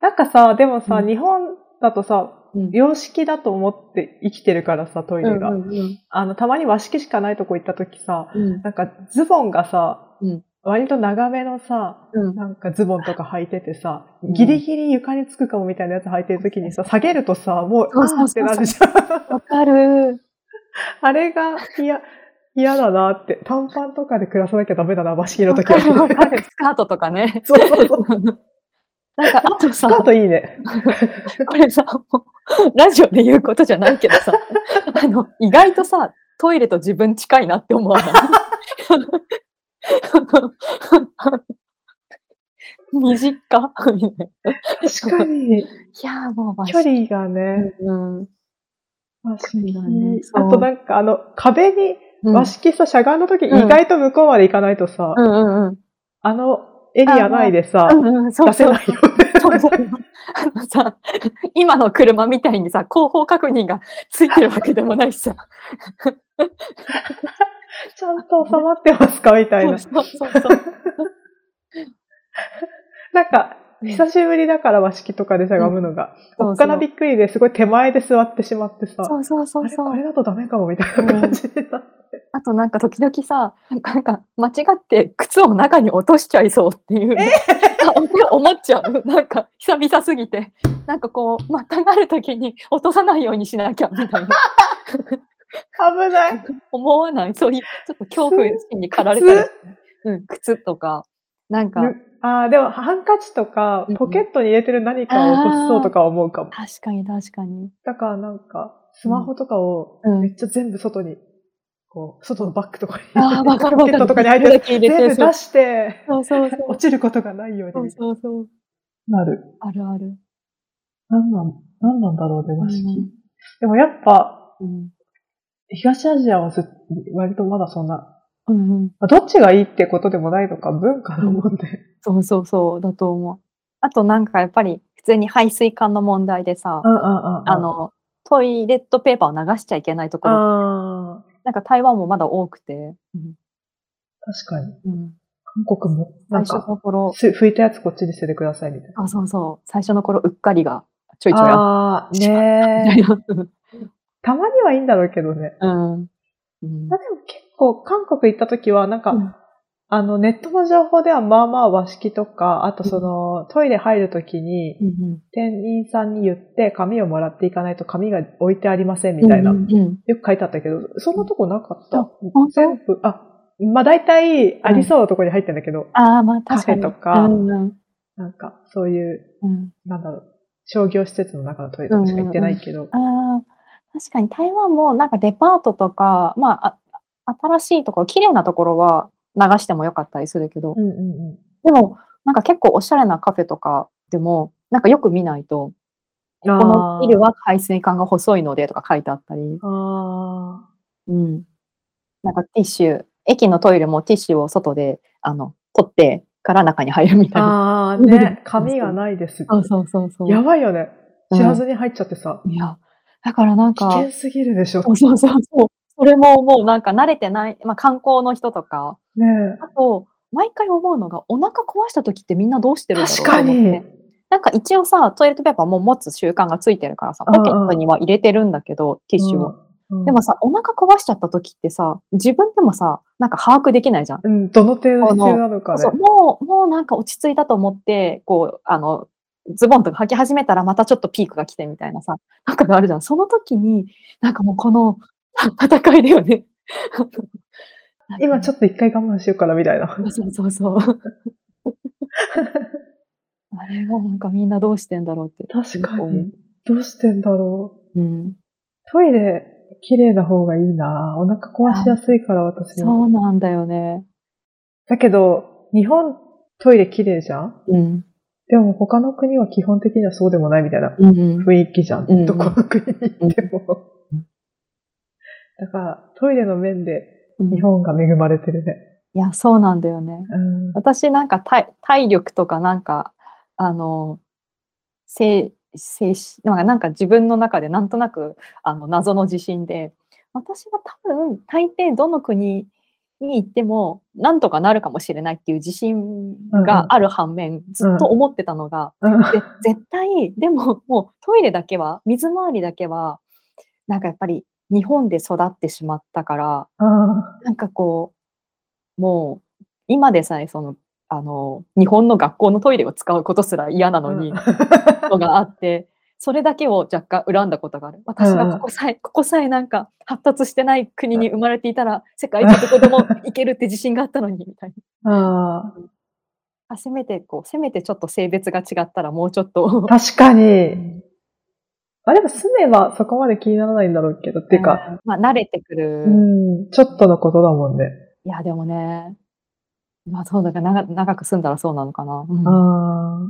なんかさ、でもさ、
うん
日本だとさ、
うん
洋式だと思って生きてるからさ、トイレが。
うんうん
あの、たまに和式しかないとこ行った時さ、
うん
なんかズボンがさ、
うん
割と長めのさ、
うん
なんかズボンとか履いててさ、
うん
ギリギリ床につくかもみたいなやつ履いてる時にさ、下げるとさ、もう、
そうそう
あーってなるじゃん。
わかる。
あれが嫌、嫌だなって。短パンとかで暮らさなきゃダメだな、和式の
わ
時
か るわか
は。
るスカートとか ね。
そうそうそう。
なんか、あとさ
ス、カートいいね。
これさ、もうラジオで言うことじゃないけどさ、あの、意外とさ、トイレと自分近いなって思わ ない短っみたいな。
確かに、
いやーもうまあ
距離がね、
うん。
確
かに
あとなんかあの、壁に、
うん
和式さ、しゃがんだ時、意
うん
外と向こうまで行かないとさ、
うんうんうん。
あのエリア内でさ、
うんうん、そう
出せ
そう
ないよね。
そう そうあのさ、今の車みたいにさ、後方確認がついてるわけでもないしさ。
ちゃんと収まってますかみたい
そ
な
う。そうそうそう。
なんか、
う ん
久しぶりだから和式とかでしゃがむのが。
うん
おっかなびっくりですごい手前で座ってしまってさ、
そうそうそうそう
あれこれだとダメかもみたいな感じでさ、
あとなんか時々さ、なんか間違って靴を中に落としちゃいそうっていう、思っちゃう。なんか久々すぎて、なんかこう、またがるときに落とさないようにしなきゃみたい な。
危ない。
思わないそういう、ちょっと恐怖心に駆られたりして、うん、靴とか、なんか、
ああ、でもハンカチとか
うん、
ポケットに入れてる何かを落としそうとか思うかも。
確かに確かに。
だからなんか、スマホとかを
うん
めっちゃ全部外に、こう、外のバッグとかに、
ああ、わかるわ
ポケッ
か
ト
る。
とかに入ってる
時々入れ
全部出
てそう
して、
そうそうそう。
落ちることがないよう
そ
に
うそうそう。
なる。
あるある。
なんなん、なんなんだろうね、
う
和式。
ん
でもやっぱ、
うん。
東アジアはずっ割とまだそんな
うんうん。
まあどっちがいいってことでもないのか、文化のもんで。
そうそうそう、だと思う。あとなんかやっぱり普通に排水管の問題でさ、
んうん
あ、の、トイレットペーパーを流しちゃいけないところ、
ああ、
なんか台湾もまだ多くて、うん
確かに。
うん、
韓国も、なん
最初
か、
の頃、
す拭いたやつこっちに捨ててくださいみたい
あ、そうそう、最初の頃うっかりがちょいちょいあっ
な。ああー、
た
ねえ。
みたい
たまにはいいんだろうけどね。
なうんうん
まあでも結構、韓国行った時は、なんか、
うん
あの、ネットの情報ではまあまあ和式とか、あとその、トイレ入る時に
う、ん
店員さんに言って紙をもらっていかないと紙が置いてありませんみたいな。
うんうん
よく書いてあったけど、そんなとこなかっ
あ
た。
本当
全部、あ、まあ大体ありそうなとこに入ってんだけど、
ああ、まあ確かに。
カフェとか
うんうん
なんかそういう、
うん、
なんだろう、商業施設の中のトイレしか行ってないけど、
ああ、確かに台湾もなんかデパートとか、まあ、あ新しいところ、綺麗なところは流してもよかったりするけど、
うんうんう
でも、なんか結構おしゃれなカフェとかでも、なんかよく見ないと、
ん。
この
あ
ビルは排水管が細いのでとか書いてあったり、
あ
うん。なんかティッシュ、駅のトイレもティッシュを外で、あの、取ってから中に入るみ
ー
たいな。
あーね、紙がないです。
そうそうそうそう。
やばいよね。知らずに入っちゃってさ、
いや、だからなん
危
か、
険すぎるでしょ。
そうそうそうそう。それももうなんか慣れてない、まあ観光の人とか、
ね
あと、毎回思うのが、お腹壊した時ってみんなどうして
え
るんだろう
確か
と思
に
って。なんか一応さ、トイレットペーパーもう持つ習慣がついてるからさ、
うんうん
ポケットには入れてるんだけど、ティッシュを。
うんうん
でもさ、お腹壊しちゃった時ってさ、自分でもさ、なんか把握できないじゃん。
うん、どの程度必要なのかね
そう。もう、もうなんか落ち着いたと思って、こう、あの、ズボンとか履き始めたらまたちょっとピークが来てみたいなさ、なんかがあるじゃん。その時に、なんかもうこの戦いだよね。
今ちょっと一回我慢しようからみたいな。
そうそうそう。あれがなんかみんなどうしてんだろうって。
確かに。どうしてんだろう。
うん。
トイレ、綺麗な方がいいなお腹壊しやすいから私
そ
も。
うなんだよね。
だけど、日本トイレ綺麗じゃん
うん。
でも他の国は基本的にはそうでもないみたいな
うん。
雰囲気じゃん。
うん
どこの国に行っても
うん。
だから、トイレの面で
日
日本が恵まれてるね。
いや、そうなんだよね。
うん。
私なんか体体力とかなんか、あの、精、精神、なんかなんか自分の中でなんとなく、あの、謎の自信で、私は多分、大抵どの国に行っても、なんとかなるかもしれないっていう自信がある反面、ずっと思ってたのが、
うん
で絶対でももうトイレだけは水回りだけはなんかやっぱり日本で育ってしまったから
あ
なんかこうもう今でさえそのあの日本の学校のトイレを使うことすら嫌な
ー
のに、
う
のがあってそれだけを若干恨んだことがある私がここさえ、ここさえなんか発達してない国に生まれていたら世界一どこでも行けるって自信があったのにみたいな。
んあ
あせめてこうせめてちょっと性別が違ったらもうちょっと
ー確かに。あ、でも住めばそこまで気にならないんだろうけど、っていうか、
まあ、慣れてくる。
うん、ちょっとのことだもんね。
いや、でもね、まあ、そうだから長長く住んだらそうなのかな。うん
あ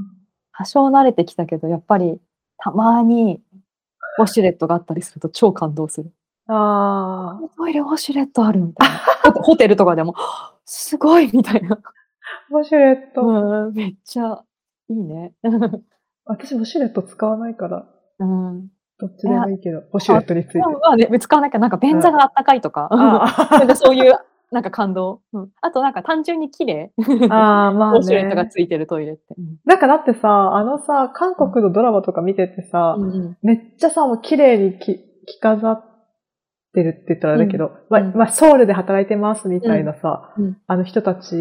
多少慣れてきたけど、やっぱり、たまに、ウォシュレットがあったりすると超感動する。
あ。あ
トイレウォシュレットあるみたいな。 ホテホテルとかでも、はっすごいみたいな。
あ。ウォシュレット。
うん、めっちゃいいね。
私、ウォシュレット使わないから、
うん。
どっちでもいいけど、ウォシュレットについて。
まあね、使わなきゃ、なんか便座があったかいとか、
あ
なんかそういう、なんか感動。うんあとなんか単純に綺麗。
ー あー、まあ、
ウ
ね。
ォシュレットがついてるトイレって。
なんかだってさ、あのさ、韓国のドラマとか見ててさ、
うんうん
めっちゃさ、もう綺麗にき着飾ってるって言ったらあれだけど、まあ
うん
まあ、ソウルで働いてますみたいなさ、
うんうん
あの人たち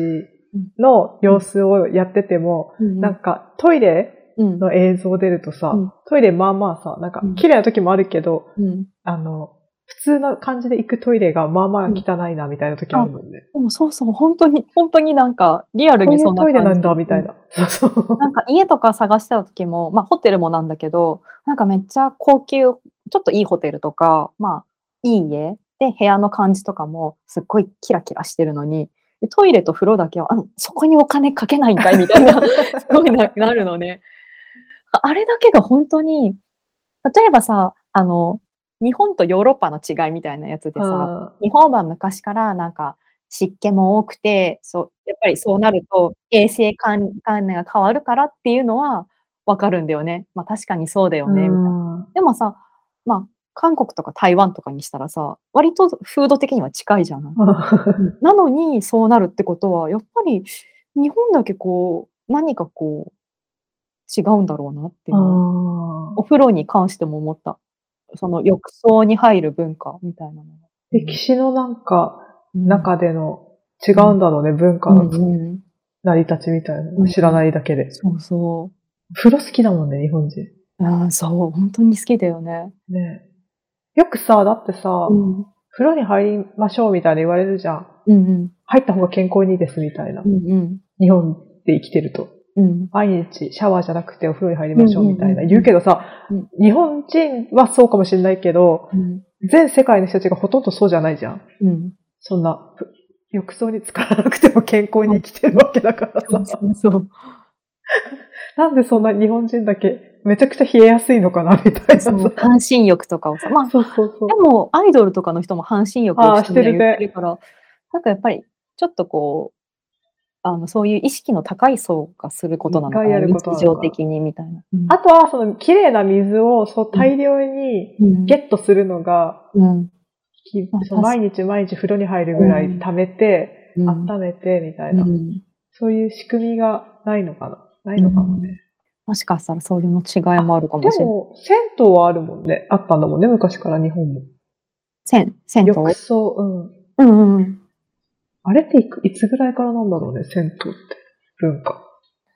の様子をやってても、
うん
なんかトイレ
うん
の映像出るとさ、
うん
トイレまあまあさ、なんか
うん
綺麗な時もあるけど、
うん
あの、普通の感じで行くトイレがまあまあ汚いなみたいな時あるもんね。
でもそうそう、本当に、本当になんか、リアル
こうい
にそ
う
んな
ト
感
イ
じ。
レなんだみたいな。そう そう。
なんか家とか探してた時も、まあホテルもなんだけど、なんかめっちゃ高級、ちょっといいホテルとか、まあいい家で部屋の感じとかもすっごいキラキラしてるのに、でトイレと風呂だけは、あそこにお金かけないんかいみたいな、すごいななるのね。ああれだけが本当に、例えばさ、あの、日本とヨーロッパの違いみたいなやつで
あ
さ、日本は昔からなんか湿気も多くて、そうやっぱりそうなると衛生観観念が変わるからっていうのはわかるんだよね。まあ確かにそうだよ
ー
ね。みたいな
うん
でもさ、まあ韓国とか台湾とかにしたらさ、割と風土的には近いじゃない。なのにそうなるってことは、やっぱり日本だけこう何かこう違うんだろうなっていうのは。
あー
お風呂に関しても思った。その浴槽に入る文化みたいなのが。
歴史のなんか、
うん
中での違うんだろうね、文化
うん
の
うん、
成り立ちみたいな
う
の。
ん
知らないだけで。
そうそ
風呂好きだもんね、日本人。
う。ああ、そう。本当に好きだよね。
ねよくさ、だってさ、
うん。
風呂に入りましょうみたいな言われるじゃん。
うん
入った方が健康にいいですみたいな
うん。う。ん
日本で生きてると。
うん。うん。
毎日シャワーじゃなくてお風呂に入りましょうみたい
うんうんうん
な。
うん
言うけどさ
うん、
日本人はそうかもしれないけど、
うん。
全世界の人たちがほとんどそうじゃないじゃん。
うん。
そんな、ふ浴槽に浸からなくても健康に生きてるわけだから
そう
さ。
そう。
なんでそんな日本人だけめちゃくちゃ冷えやすいのかなみたいなさ。
そ
そうう
半身浴とかをさ。まあ、
そうそう
で。も、アイドルとかの人も半身浴
あ
を
あ
してる
してるね
言ってるから、なんかやっぱり、ちょっとこう、あの、そういう意識の高い層がすることなのか
一回
な。
やることなの
日
かな
常的にみたいな。うん
あとは、その綺麗な水をそう大量に
うん
ゲットするのが、
うん。
き
あ
その毎日毎日風呂に入るぐら
うん
い溜めて、
うん
温めてみたいな、
うん
そういう仕組みがないのかな。ないのかもね。
もしかしたらそういうの違いもあるかもし
で
れない。
も、銭湯はあるもんね。あったんだもんね、昔から日本も。
せん、銭湯
浴槽、うん。
うんうん。
あれっていくいつぐらいからなんだろうね、銭湯って。文化。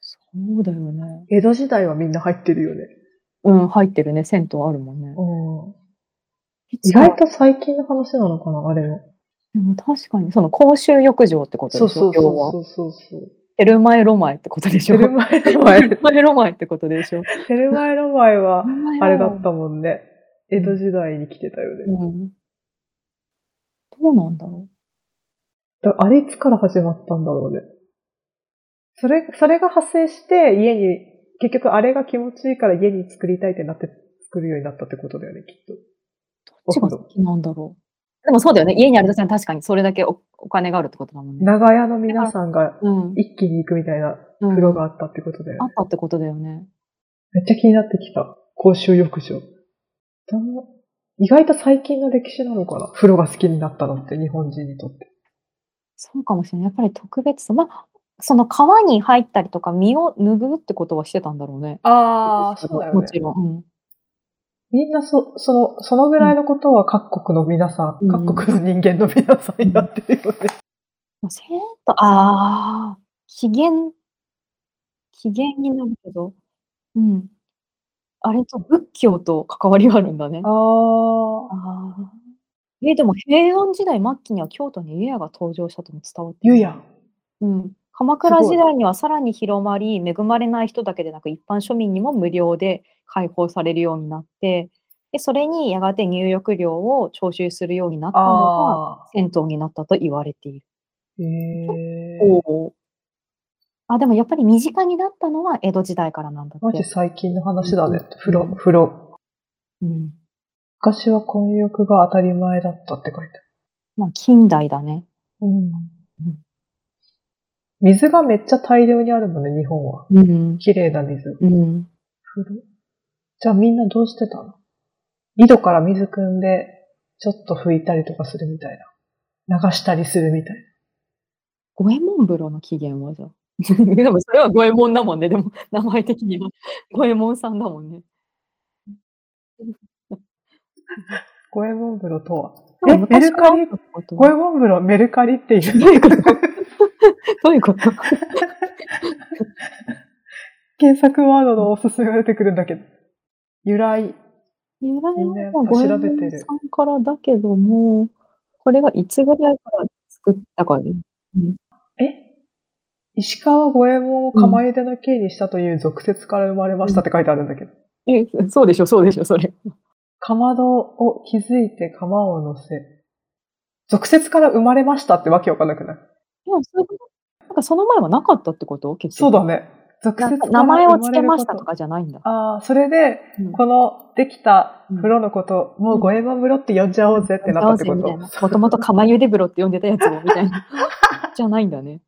そうだよね。
江戸時代はみんな入ってるよね。
うん、入ってるね。銭湯あるもんね。
うん意外
と。
と最近の話なのかな、あれも。
でも確かに、その公衆浴場ってことでし
そ
ょ
うそう
要は
そ。うそうそう。
テルマエロマエってことでし
テ
ょ
ルマエロマエ。
テルマエロマエってことでしょ
テルマエロマエは、あれだっ。
テルマエロマエ
たもんね。江戸時代に来てたよね。
うん。どうなんだろ
だあれいつから始まったんだろうね。それ、それが発生して、家に、結局あれが気持ちいいから家に作りたいってなって、作るようになったってことだよね、きっと。
う。どっちが好きなんだろう。でもそうだよね。家にあるとしたら確かにそれだけおお金があるってことだもんね。
長屋の皆さんが
うん。
一気に行くみたいな
風
風呂があったってことだよね
あ。ったってことだよね。
めっちゃ気になってきた。公衆浴場。どんな意外と最近の歴史なのかな風呂が好きになったのって、日本人にとって。
そうかもしれない。やっぱり特別さ。まあ、その川に入ったりとか身を拭うってことはしてたんだろうね。
あ
もちろん。うん
みんなそ、その、そのぐらいのことは各国の皆さん、
うん
各国の人間の皆さんやってるよね。
まあセント、ああ、機嫌、機嫌になるけど、うん。あれと仏教と関わり があるんだね。
ああ。
あーえ、でも平安時代末期には京都に湯屋が登場したとも伝わって
ゆ
る。
うやん。
うん。鎌倉
すごい
時代にはさらに広まり、恵まれない人だけでなく一般庶民にも無料で開放されるようになって、で、それにやがて入浴料を徴収するようになったのが、銭湯になったと言われている。
ー。へー。
おあ、でもやっぱり身近になったのは江戸時代からなんだっ
マジ
て。
最近の話だね。風呂、風呂。
うん。
昔は混浴が当たり前だったって書いてある。
まあ、近代だね。
うん。水がめっちゃ大量にあるもんね、日本は。
うん。
綺麗な水。
うん。
風呂じゃあみんなどうしてたの井戸から水汲んで、ちょっと拭いたりとかするみたいな。流したりするみたい
五右衛門風呂の起源はじゃあ。 でもそれは五右衛門だもんね。でも名前的には五右衛門さんだもんね。
な。五右衛門風呂とはえメルカリ
昔からあったってこと
五右衛門風呂メルカリっていう。
どういうことどういうこと
検索ワードのおすすめが出てくるんだけど。由来。
由来
みんなやっぱ
は五右衛
調べて
門
る
さんからだけども、これがいつぐらいから作ったかね。
え石川五右衛門を釜茹での刑にしたという俗説から生まれましたって書いてあるんだけど。
え、そうでしょ、そうでしょ、それ。
かまどを気づいて釜を乗せ。俗説から生まれましたってわけわかんなくない
でもそれなんかその前はなかったってこと結
そう
局
だね。俗
な
説
ん
か
から名前を付けました
生れる
と
こ
かじゃないんだ。
と。ああ、それで、
うん
このできた風呂のこと、もう五右衛門風呂って呼んじゃおうぜってなったってこ
みたいな
と。
もともと釜茹で風呂って呼んでたやつを、みたいな。 じゃないんだね。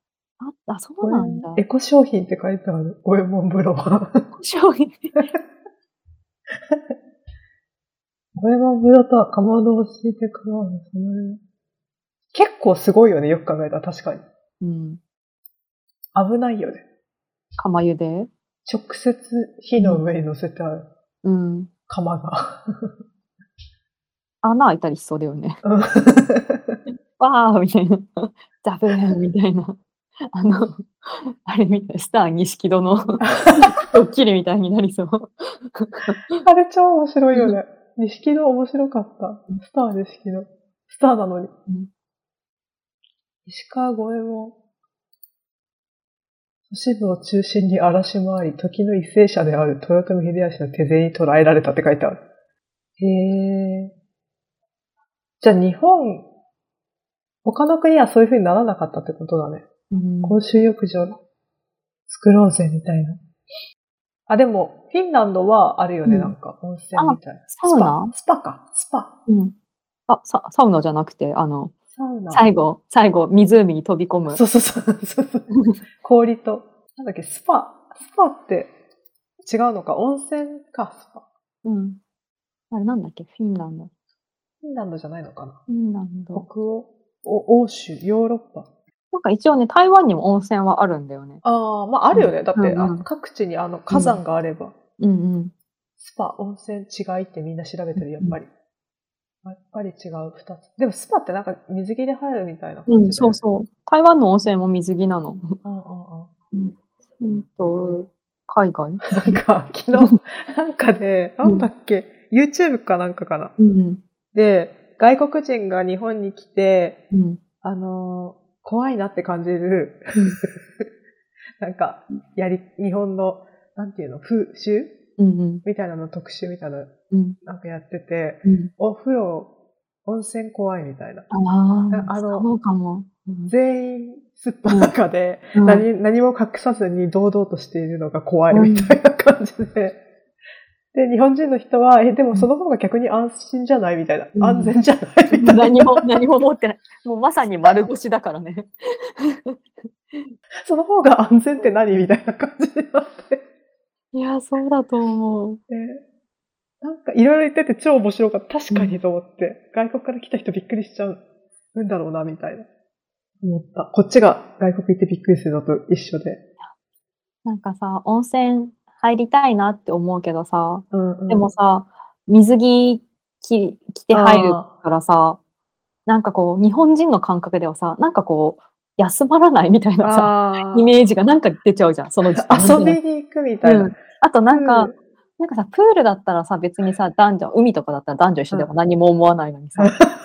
ああ、そうなんだ。
エコ商品って書いてある。五右衛門風呂は。
商品。
五右衛門風呂とはかまどを敷いて釜を乗せる。結構すごいよね、よく考えたら確かに。
うん。
危ないよね。
釜茹で
直接火の上に乗せてある
うん。
釜が。
穴開いたりしそうだよね。
うん
わーみたいな。 ザブーンみたいな。 あの、あれみたい。スター錦 戸のドッキリみたいになりそう。
あれ超面白いよね。錦戸面白かった。スター錦戸。スターなのに
ん。
石川五右衛門。都市部を中心に荒らし回り、時の為政者である豊臣秀吉の手勢に捕らえられたって書いてある。へえ。じゃあ日本、他の国はそういう風にならなかったってことだね。
うん
公衆浴場の作ろうぜみたいな。あ、でも、フィンランドはあるよね、
うん
なんか、温泉みたいな。
サウナ
スパスパか。スパ。
うん。あ、ササウナじゃなくて、あの、
サウナ。
最後、最後、湖に飛び込む。
そうそうそうそうそう。 氷と。なんだっけ、スパ。スパって違うのか。温泉か、スパ。
うん。あれなんだっけフィンランド。
フィンランドじゃないのかな。
フィンランド。
北欧、お欧州、ヨーロッパ。
なんか一応ね、台湾にも温泉はあるんだよね。
ああ、まああるよね。だって、
うん
あ
うん
各地にあの火山があれば、
うんうん。
スパ、温泉違いってみんな調べてる、やっぱり。やっぱり違う二つ。でもスパってなんか水着で入るみたいな感じで、
うん、そうそう。台湾の温泉も水着なの。
うんうんうん
うんと、海外
なんか、 昨日、なんかで、なんだっけ、YouTube かなんかかな。
うん。
で、外国人が日本に来て、
うん。
あのー怖いなって感じる、 なんか、やり、日本の、なんていうの、風習
うん。
みたいなの特集みたいな、
うん。
なんかやってて、
うん。
お風呂、温泉怖いみたいな。
ああ、
あの
そうかも。うん
全員、スッパの中で、
うん
何何も隠さずに堂々としているのが怖いみたいな感じで。で、日本人の人は、え、でもその方が逆に安心じゃないみたいな。
うん
安全じゃないみたい な。
何も、何も持ってない。もうまさに丸腰だからね。
その方が安全って何みたいな感じになって。
いや、そうだと思う。
でなんかいろいろ言ってて超面白かった。確かにと思って。外国から来た人びっくりしちゃうんだろうな、みたいな。思った。こっちが外国行ってびっくりするのと一緒で。
なんかさ、温泉入りたいなって思うけどさ、
うんうん
でもさ、水着着着て入る
あ
からさ、なんかこう、日本人の感覚ではさ、なんかこう、休まらないみたいなさ、
あー
イメージがなんか出ちゃうじゃん、その時
遊びに行くみたいな。
うんあとなんか、なんかさ、プールだったらさ、別にさ、男女、海とかだったら男女一緒でも何も思わないの にさ、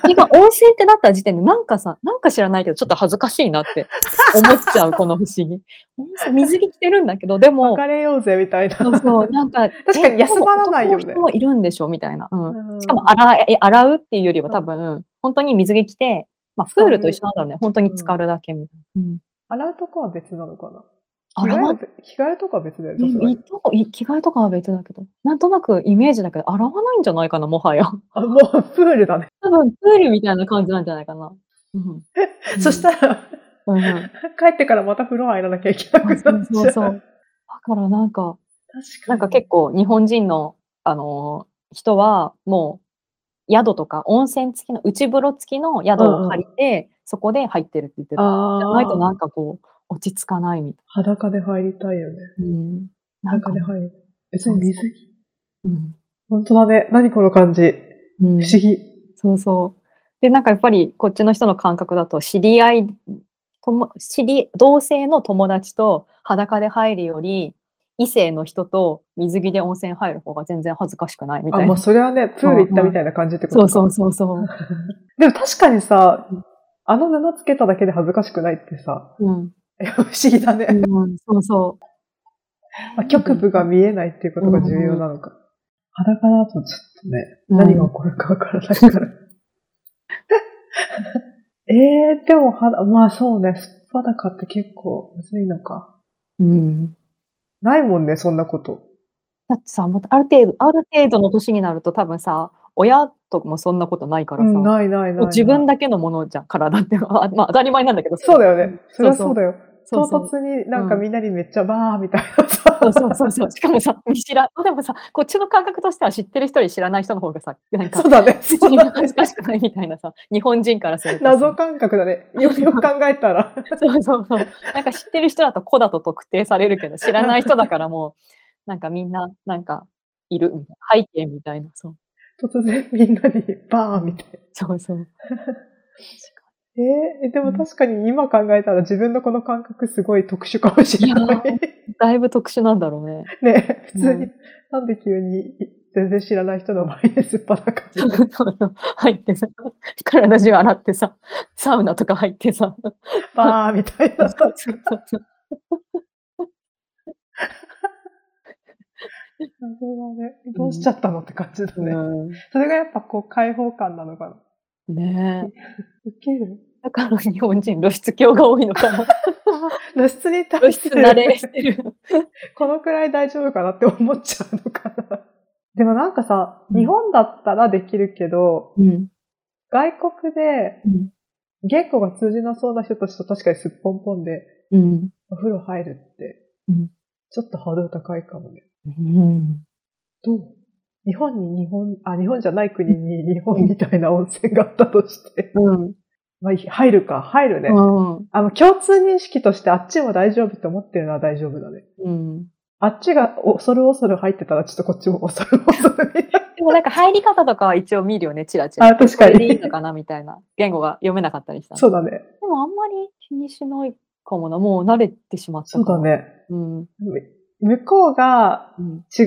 今温泉ってなった時点で、なんかさ、なんか知らないけど、ちょっと恥ずかしいなって思っちゃう、この不思議。温泉水着着てるんだけど、でも、
別れようぜみたいな。
そうそう、なんか、
確かに休まらないよね
えでも男の人もいるんでしょみたいな。うん。
うん
しかも洗え、洗うっていうよりは多分、本当に水着着て、まあ、プールと一緒なんだろうね。本当に浸かるだけみたいな。うん。
洗うとこは別なのかな
洗わ
着替える着替えるとこは別だよね。
いいとこ、い着替えとかは別だけど、なんとなくイメージだけど、洗わないんじゃないかな、もはや。
あ、もうプールだね。
多分、プールみたいな感じなんじゃないかな。うん。
そしたら、
うん、うん、
帰ってからまた風呂入らなきゃいけなくなっち
そ
ゃう
う。そうそう。だからなんか、
確か
な
に。
んか結構日本人の、あのー人はもう宿とか温泉付きの内風呂付きの宿を借りて、そこで入ってるって言ってた。
あ
じゃ
ー
ないとなんかこう落ち着かないみたい
裸で入りたいよね。
な。うん、なんか
裸で
ね、
入る。別に水着。
うん
本当だね。何この感じ。
う
不、
ん
思議。
そうそう。でなんかやっぱりこっちの人の感覚だと知り合いとも知り同性の友達と裸で入るより異性の人と水着で温泉入る方が全然恥ずかしくないみた
あ、
い
ま
な
あ。それはね、プール行ったみたいな感じってこと
そ
か
うそうそうそう。
でも確かにさ、あの布つけただけで恥ずかしくないってさ、
うん
不思議だね。
うん、そうそ
まあ局部が見えないっていうことが重要なのか。裸だとちょっとね、
うん
何が起こるかわからないから。 えー、でもは、まあそうね、すっぱだかって結構むずいのか。
う。うん。
ないもんね、そんなこと。
だってさ、またある程度、ある程度の年になると多分さ、親ともそんなことないからさ、
うん、
も
ないないな
う
い。
自分だけのものじゃん、体って。あまあ当たり前なんだけど。
そうだよね。それはそうだよ。
そうそう。
唐突になんか
うん
みんなにめっちゃバーみたいなさ。
そうそうそうそう。しかもさ、見知ら、でもさ、こっちの感覚としては知ってる人より知らない人の方がさ、なんか
そ、うだね。
自分が恥ずかしくないみたいなさ、日本人からするとさ。
謎感覚だね。よくよく考えたら。
そうそうそう。なんか知ってる人だと子だと特定されるけど、知らない人だからもう、なんかみんな、なんか、いるみたいな。背景みたいな。そう
突然みんなにバーみたいな。
そうそう。
えーでも確かに今考えたら自分のこの感覚すごい特殊かもしれない
い。だいぶ特殊なんだろうね。
ね、普通に、
う
なんで急に全然知らない人の前ですっぱだか
そうそう入ってさ、体中洗ってさ、サウナとか入ってさ。
バーみたい
そ
な
う。そうそう
そうだね。どうしちゃったのって感じだね。
う
それがやっぱこう解放感なのかな。
んねえ。
受ける
だから日本人露出狂が多いのかな。
露出に対
露
し、
出慣れしててる。
このくらい大丈夫かなって思っちゃうのかな。でもなんかさ、
うん
日本だったらできるけど、
うん。
外国で
うん
言語が通じなそうな人たちと確かにすっぽんぽんで、
うん。
お風呂入るって、
うん
ちょっとハードル高いかもね。
うん。
どう日本に日本、あ、日本じゃない国に日本みたいな温泉があったとして。
うん。
まあ、入るか、入るね。
うん。
あの、共通認識としてあっちも大丈夫って思ってるのは大丈夫だね。
うん。
あっちがお恐る恐る入ってたら、ちょっとこっちも恐る恐る みたい
でもなんか入り方とかは一応見るよね、チラチ
な。
ラ。
あ、確
こ
か
れでいい
に
の。かなみたいな。言語が読めなかったりしたら。
そうだね。
でもあんまり気にしないかもな。もう慣れてしまった
そう
か
だ
ら。
ね。
うん。
む向こうが
うん。
違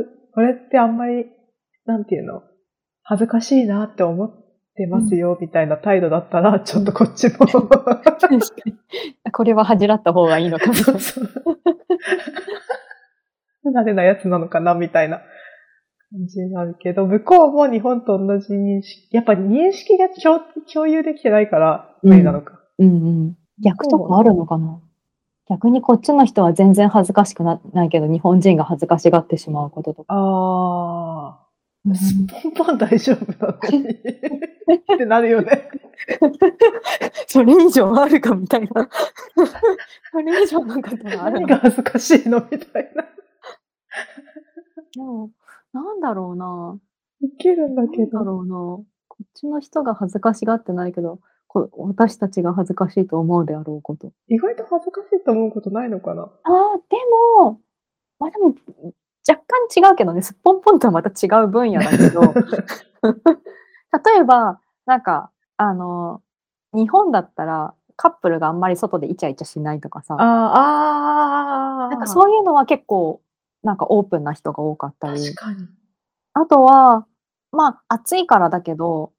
う、これってあんまり、なんていうの、恥ずかしいなって思ってますよ、みたいな態度だったら、 ちょっとこっちも。そ
確かに。 これは恥じらった方がいいのかもしれな
う
い。
そう。不慣れなやつなのかな、みたいな感じになるけど、向こうも日本と同じ認識、やっぱ認識が共共有できてないから、無理なのか。
うんうん。逆とかあるのかな逆にこっちの人は全然恥ずかしくなないけど、日本人が恥ずかしがってしまうこととか。
ああ。すっぽんぽん大丈夫なのに。ってなるよね。
それ以上あるかみたいな。 それ以上なんかとかある
何
の
が恥ずかしいのみたいな。
でも、なんだろうな。
いけるんだ
な
け
んだ
ど。
ろうな。こっちの人が恥ずかしがってないけど、こ私たちが恥ずかしいと思うであろうこと。
意外と恥ずかしいと思うことないのかな
ああ、でも、まあでも、若干違うけどね、すっぽんぽんとはまた違う分野だけど、 例えば、なんか、あの、日本だったらカップルがあんまり外でイチャイチャしないとかさ、
あーあー
なんかそういうのは結構、なんかオープンな人が多かったり
確、かに。
あとは、まあ、暑いからだけど、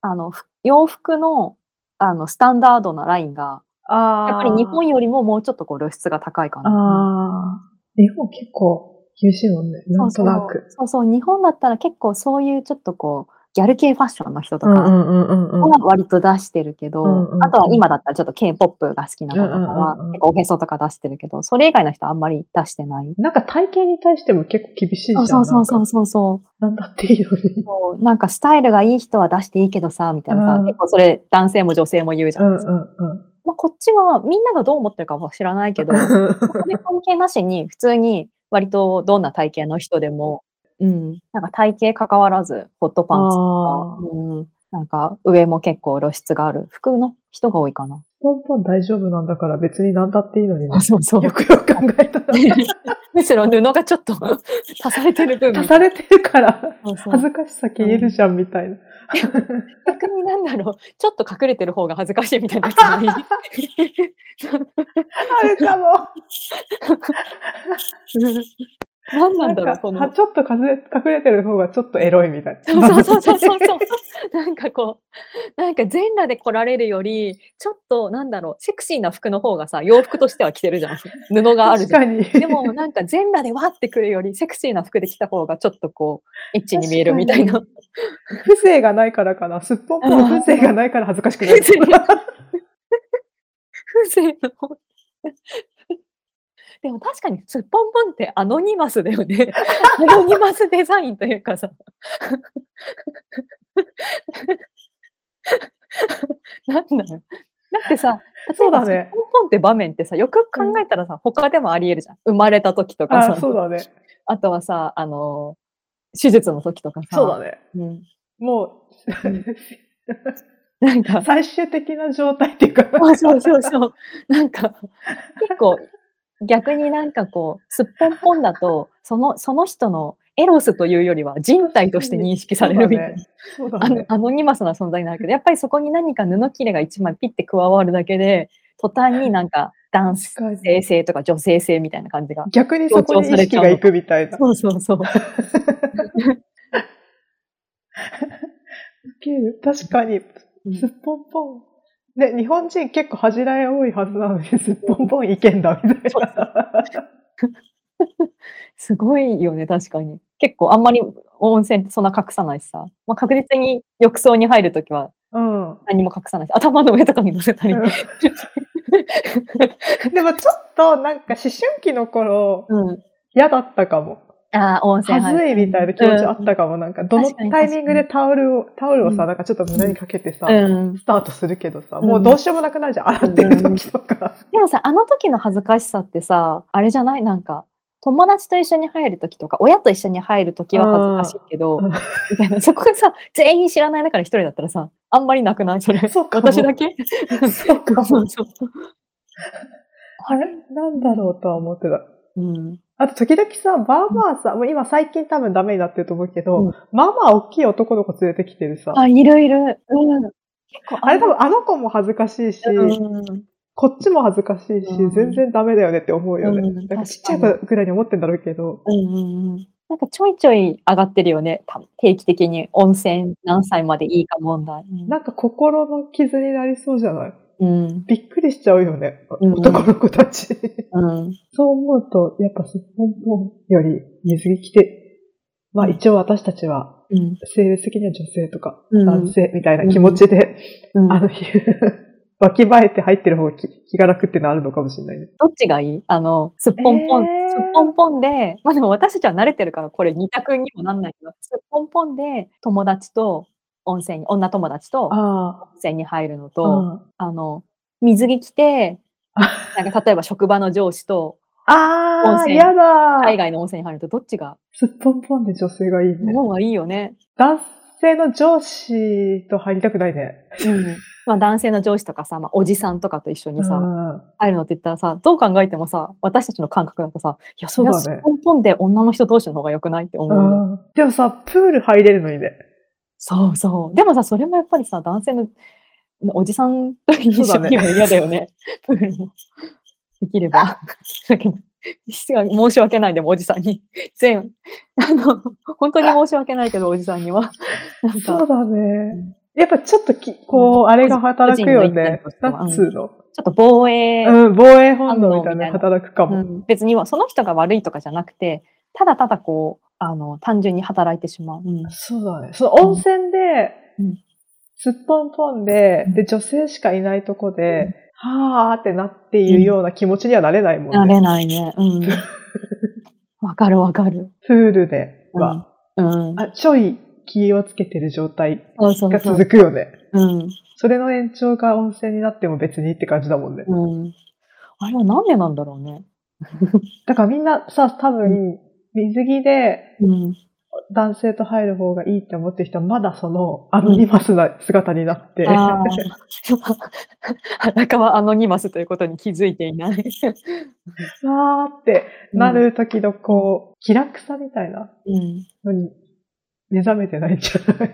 あの、ふ洋服の、あの、スタンダードなラインが、
ああ。
やっぱり日本よりももうちょっとこう露出が高いかな。
ああ。日本結構厳しいもんね。なんとなく。
そうそう、日本だったら結構そういうちょっとこう、ギャル系ファッションの人と
うんう
か
んうんうんうん。
は割と出してるけど、
うんうん
あとは今だったらちょっと K-POP が好きな子とか
う
は
んうんうんうん
結構おへそとか出してるけど、それ以外の人はあんまり出してない。
なんか体型に対しても結構厳しいじゃ
そ
ん。
うそうそうそ
なんかなん
うそうそう。
だっていいのに。
そうなんかスタイルがいい人は出していいけどさ、みたいなさ、
うん
結構それ男性も女性も言うじゃ
う
ない
んう
です
ん
か。まあ、こっちはみんながどう思ってるかは知らないけど、そ
うん。
れ関係なしに普通に割とどんな体型の人でも、うん、なんか体型関わらず、ホットパンツ
ああ。
とか、うん、なんか上も結構露出がある服の人が多いかな。
ポンポン大丈夫なんだから別になんだっていいのにね。
そうそう
よ。くよく考えたら。
むしろ布がちょっ と足されてる分
足されてるから、
そうそう
恥ずかしさ消えるじゃんみたいな。
逆になんだろう、ちょっと隠れてる方が恥ずかしいみ たいなやつもいる
あれかも。
何なんだろう、こ
か
の
は。ちょっと隠れ隠れてる方がちょっとエロいみたい
そう
な。
そうそうそうそう。なんかこう、なんか全裸で来られるより、ちょっとなんだろう、セクシーな服の方がさ、洋服としては着てるじゃん。布があ
確
るじゃん。
かに。
でもなんか全裸でわってくるより、セクシーな服で着た方がちょっとこう、エッチに見えるみたいな。
不正がないからかな。すっぽんぽん不正がないから恥ずかしくな
風
い。
情 風情の。 でも確かにすっぽんぽんってアノニマスだよね。 アノニマスデザインというかさ。 なんだろう。だってさ、
そうだね
例えばすっぽんぽんって場面ってさ、よくよく考えたらさ、他でもあり得るじゃん。生まれた時とかさ、
あ、そうだね。
あとはさ、あのー手術の時とかさ、
そうだね。
うん、
もう、
うんなんか、
最終的な状態っていうか。
あそうそうそう。なんか、結構、逆になんかこう、すっぽんぽんだと、その、その人のエロスというよりは人体として認識されるみたいな。
そうだ
あの
ね。
アノニマスな存在になるけど、やっぱりそこに何か布切れが一枚ピッて加わるだけで、途端になんか男性
確かに
性とか女性性みたいな感じが。
逆にそこに意識がいくみたいな。
そうそうそう。
ウケる確かに、
うん
すっぽんぽん。ね、日本人結構恥じらい多いはずなのに、すっぽんぽんいけんだみたい
そう
な。
すごいよね、確かに。結構あんまり温泉ってそんな隠さないしさ。まあ、確実に浴槽に入るときは
うん。
何も隠さないし、頭の上とかに乗せたり。
でもちょっとなんか思春期の頃、
うん。
嫌だったかも。
ああ、温泉
はずいみたいな気持ちあったかも。なんか、どの
確かに
タイミングでタオルを、タオルを
う
さ、
ん
なんかちょっと胸にかけてさ、
うん。で
スタートするけどさ、
うん
もうどうしようもなくなるじゃん。洗ってる時とか。
もさ、あの時の恥ずかしさってさ、あれじゃないなんか、友達と一緒に入る時とか、親と一緒に入る時は恥ずかしいけど
うん、
みたいな、そこがさ、全員知らない中で一人だったらさ、あんまりなくないそれ。
そうかも
私だけ
そうか
そ
も。
うそう。
あれなんだろうとは思ってた。
うん。
あと時々さ、まあまあさ、もう今最近多分ダメになってると思うけど、
うん
まあまあ大きい男の子連れてきてるさ。
あ、いるいる。うん。結構
あれ多分あの子も恥ずかしいし、
うん
こっちも恥ずかしいし、
うん
全然ダメだよねって思うよね。
うん
なんかちっちゃい子ぐらいに思ってんだろうけど、
うんうんうんなんかちょいちょい上がってるよね。た定期的に温泉何歳までいいか問題。うん
なんか心の傷になりそうじゃない
うん。
びっくりしちゃうよね。
うん
男の子たち。
うん。
そう思うと、やっぱすっぽんぽんより水着着て、まあ一応私たちは、
うん。
性別的には女性とか
うん
男性みたいな気持ちで、
うん
あの 日、わきまえて入ってる方が気気が楽っていうのはあるのかもしれないね。
どっちがいいあの、すっぽんぽん、
えー
すっぽんぽんで、まあでも私たちは慣れてるからこれ二択にもなんないけど、すっぽんぽんで友達と温泉に、女友達と温
あ
泉に入るの
あ。
と、あの、水着着 て、なんか例えば職場の上司と温
ああ、
泉
嫌だ。
海外の温泉に入るとどっちが、
すっぽんぽんで女性がいいね。
の方がいいよね。
男性の上司と入りたくないね。
うん。まあ男性の上司とかさ、まあおじさんとかと一緒にさ、
うん
入るのって言ったらさ、どう考えてもさ、私たちの感覚だとさ、いや、それは
そう
す
だね
っぽんぽんで女の人同士の方が良くないって思うの。
うんでもさ、プール入れるのにね。
そうそう。でもさ、それもやっぱりさ、男性のおじ さんと一緒には嫌だよね。プールも。できれば。だけど失礼申し訳ないでもおじさんに全あの本当に申し訳ないけどおじさんには なんか
そうだね。やっぱちょっとき、こう、あれが働くよね
個人。の意見としては
なんつうの。
ちょっと防衛、
うん、防衛本能みたいなの働くか
う
も。
ん別にはその人が悪いとかじゃなくてただただこうあの単純に働いてしまう、うん
そうだね。その温泉で
うん、
すっぽんぽんで
うん、
で、女性しかいないとこで、はーってなっているような気持ちにはなれないも
なん
ね。
れないねうん わかるわかる
プールでは、
うん
あ、ちょい気をつけてる状態
そうそう
が
そう
続くよね。
うん
それの延長が温泉になっても別にって感じだもんね。
うんあれはなんでなんだろうね
だからみんなさ、多分、水着で
うん
男性と入る方がいいって思ってる人は、まだそのアノニマスな姿になって、
あー裸はアノニマスということに気づいて いない
わーってなる時のこう、気楽さみたいな
うん、うん
のに目覚めてないんじゃない
い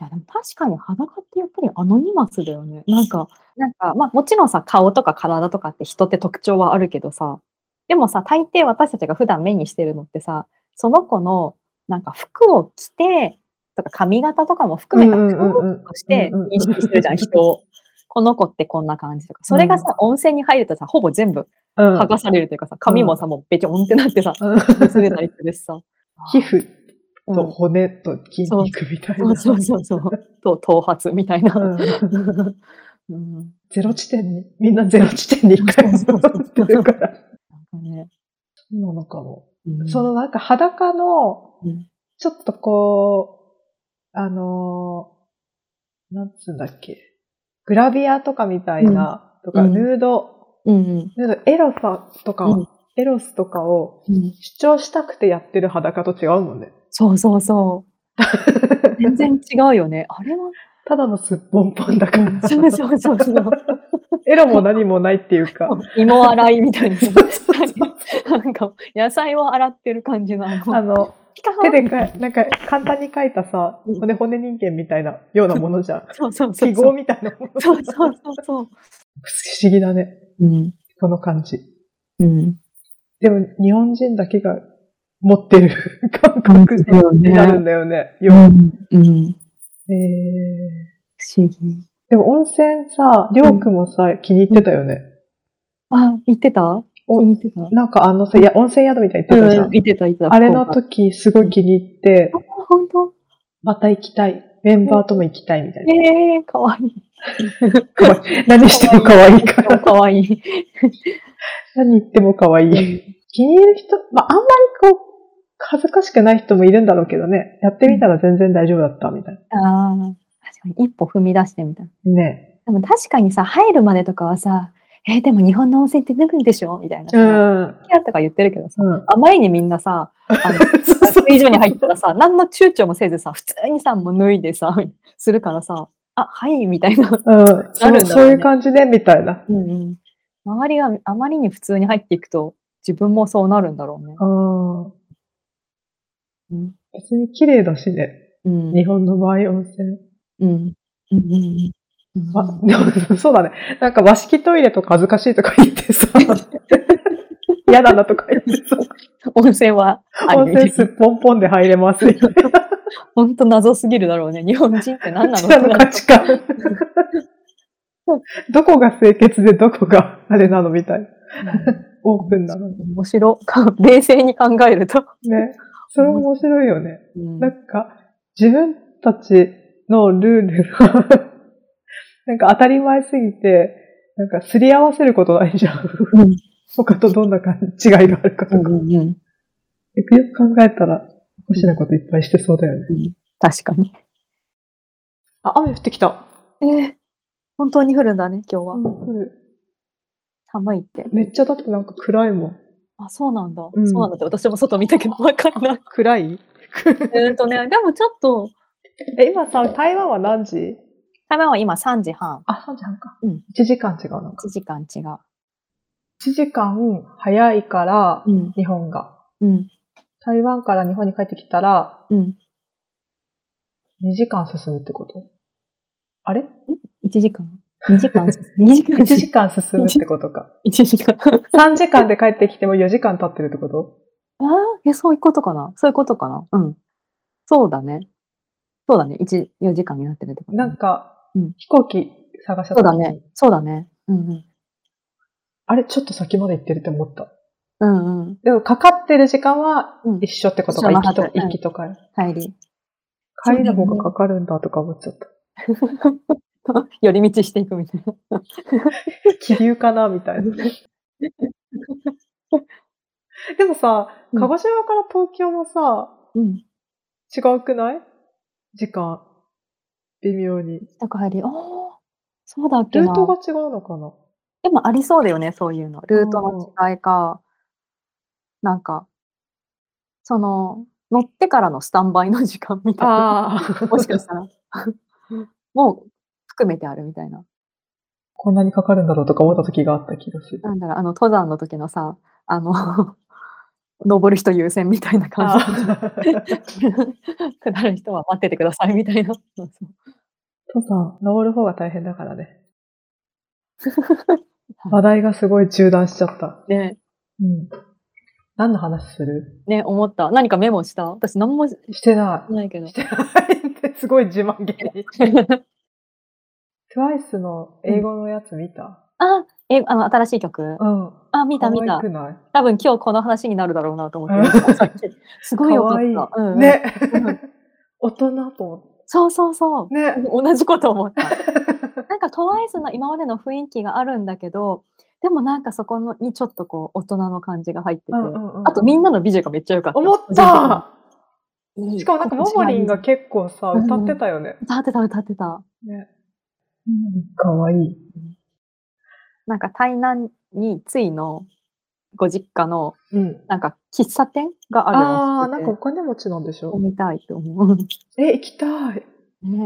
やでも確かに裸ってやっぱりアノニマスだよね。なんか、なんか、まあもちろんさ、顔とか体とかって人って特徴はあるけどさ、でもさ、大抵私たちが普段目にしてるのってさ、その子のなんか服を着て、とか髪型とかも含めた
うんうんうんうん
服として
うんうんうん
認識するじゃん、人を。この子ってこんな感じとか。それがさ、温泉に入るとさ、ほぼ全部
うん
剥がされるというかさ、髪もさ、もうべちょんってなってさ、
うん
薄れたりするし さ。
皮膚
うん
と骨と筋肉みたい
そう
な。
そうそうそう。と、頭髪みたいな。
うん
うん、
ゼロ地点に、みんなゼロ地点に一回戻ってるから。
なんかね、
そうなのかも。
うん
そのなんか裸の
うん、
ちょっとこう、あのーなんつうんだっけ、グラビアとかみたいな、とか、
うん
ヌード、
うん
ヌード、エロさとか、
うん
エロスとかを
うん、
主張したくてやってる裸と違うもんね。
そうそ うそう。全然違うよね。あれは、
ただのすっぽんぽんだから。
そうそうそ うそう。
エロも何もないっていうか。
芋洗いみたいな。
そうそうそう
なんか、野菜を洗ってる感じの。あ の
あの、
ピカ
手でか、なんか簡単に描いたさ、
うん
骨骨人間みたいなようなものじゃん。
そうそうそ
記
う。
号みたいなもの。
そ
不
うそうそうそう。
思議だね。
うん。
この感じ。
うん。
でも日本人だけが持ってる 感覚になるんだよね。
う
よ
ん。うん。
えー
不思議。
でも温泉さ、りょうくんもさ、気に入ってたよね。
あ、言ってた
お
言ってた。う
なんかあのさ、いや、温泉宿みたいに言ってたじゃ
ん、
ん。
言ってた、言ってた。
あれの時すごい気に入って
あ、、本当
また行きたい。メンバーとも行きたいみたいな。
ええ、かわいい。
何しても可愛いから。
かわいい。
何言っても可愛い。気に入る人、まあ、あんまりこう、恥ずかしくない人もいるんだろうけどね。やってみたら全然大丈夫だった、みたい
ああ、確かに一歩踏み出してみたいな。
な。ね。
でも確かにさ、入るまでとかはさ、えーでも日本の温泉って脱ぐんでしょみたいな
う
さ。
ん。うん。
キャーとか言ってるけどさ、あまりにみんなさ、 あの脱衣所に入ったらさ、何の躊躇もせずさ、普通にさ、もう脱いでさ、するからさ、あ、はい、みたいな。
うん。そ
なるんだろうね
うそういう感じで、みたいな。
うんうん。周りがあまりに普通に入っていくと、自分もそうなるんだろうね。
うん。
うん。
別に綺麗だしね。
うん。
日本の場合温泉。
うん。うん。うん。うん
あ、でも、そうだね。なんか和式トイレとか恥ずかしいとか言って さ、嫌だなとか言ってさ、
温泉は、あ
温泉
り
すっぽんぽんで入れますみたいな。
ほんと謎すぎるだろうね。日本人って 何
こ
な
ちら
の
の価値観。どこが清潔でどこがあれなのみたいな。オープンなのに
面白 か冷静に考えると、
ね。それ面白いよね。
うん
なんか、自分たちのルールが、 なんか当たり前すぎて、なんかすり合わせることないじゃん。
うん
他とどんな感じ違いがあるかとか。よ
うんうん
くよく考えたら、おかしなこといっぱいしてそうだよね。
確かに。
あ、雨降ってきた。
えー本当に降るんだね、今日は。寒いって。
めっちゃだってなんか暗いもん。
あ、そうなんだ。
うん
そうなんだって、私も外見たけど分か んない。
暗い
えーっとね、でもちょっと、
え、今さ、台湾は何時
台湾は今3時半、
あ、3時半か。
うん。
1時間違うのか。
1時間違う。
1時間早いから、
ん、
日本が。
うん、
台湾から日本に帰ってきたら、
うん。
2時間進むってことあれ
1時間2時間、2時間、
1時間進むってこと か。
1時間。
3時間で帰ってきても4時間経ってるってこと
ああ、え、そういうことかなそういうことかなうん。そうだね。そうだね。1、4時間になってるってこと
なんか、
うん
飛行機探しちゃ
そ
った
うだ
時に
ね。そうだね。うん
あれ、ちょっと先まで行ってるって思った。
うん。うんうん。
でも、かかってる時間は
うん
一緒ってことか、
一
行
緒の
き
は
と、
ずうん
行きとか。
帰り。
帰りの方がかかるんだとか思っちゃった。
寄り道していくみたいな。
気流かなみたいな。 でもさ、
うん
鹿児島から東京もさ、
うん。
違うくない時間。微妙に。
宅帰り。ああ、そうだっけ
ル
な。
ートが違うのかな
でもありそうだよね、そういうの。ルートの違いか、なんか、その、乗ってからのスタンバイの時間みたいな。
あ
もしかしたら。もう、含めてあるみたいな。
こんなにかかるんだろうとか思った時があった気がする。
なんだろう、あの、登山の時のさ、あの、 登る人優先みたいな感じ。
登
下る人は待っててくださいみたい な。そうそう
山、登る方が大変だからね。話題がすごい中断しちゃった。
ね
うん。何の話する
ね、思った。何かメモした私何もし
してな
ないけど
い。し。てないってすごい自慢げに。TWICE の英語のやつ見た
あ、え、あの、新しい曲。
うん。
あ、見た見
可愛
た
く。ない
多分今日この話になるだろうなと思って
うん
さっき。すごいよかった。
可
うんうん
ね
うん。
大人と思っ
そうそうそう。
て。ね。
同じこと思 った。なんかトワイスの今までの雰囲気があるんだけど、でもなんかそこのにちょっとこう大人の感じが入ってて、あ
あ
とみんなの美女がめっちゃ良かった。
思った
いい
しかもなんかモモリンが結構さ、
うん
歌ってたよね。
歌ってた歌ってた。
ね。かわいい。
なんか台南についのご実家の
うん。
なんか喫茶店がある
ああー、な
らし
んか
くて
お金持ちなんでし
行って
ょ
みたいと思う。
え、行きたい。
ね。行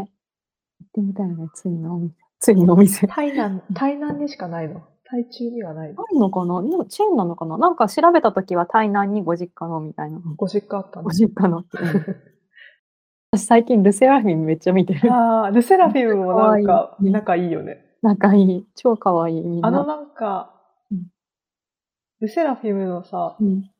ってみたいよね、ついのお店。ついのお店。
台南、台南にしかないの。台中にはないの
あ。るのかなでもチェーンなのかななんか調べたときは台南にご実家のみたいな。
ご実家あったの
ご。実家のって。私最近ルセラフィンめっちゃ見て る。
ああ、ルセラフィムもなんか
可、愛い
仲いいよね。
仲いい。超可愛いみんな。
あのなんか
うん、
ルセラフィムのさ
う、ん。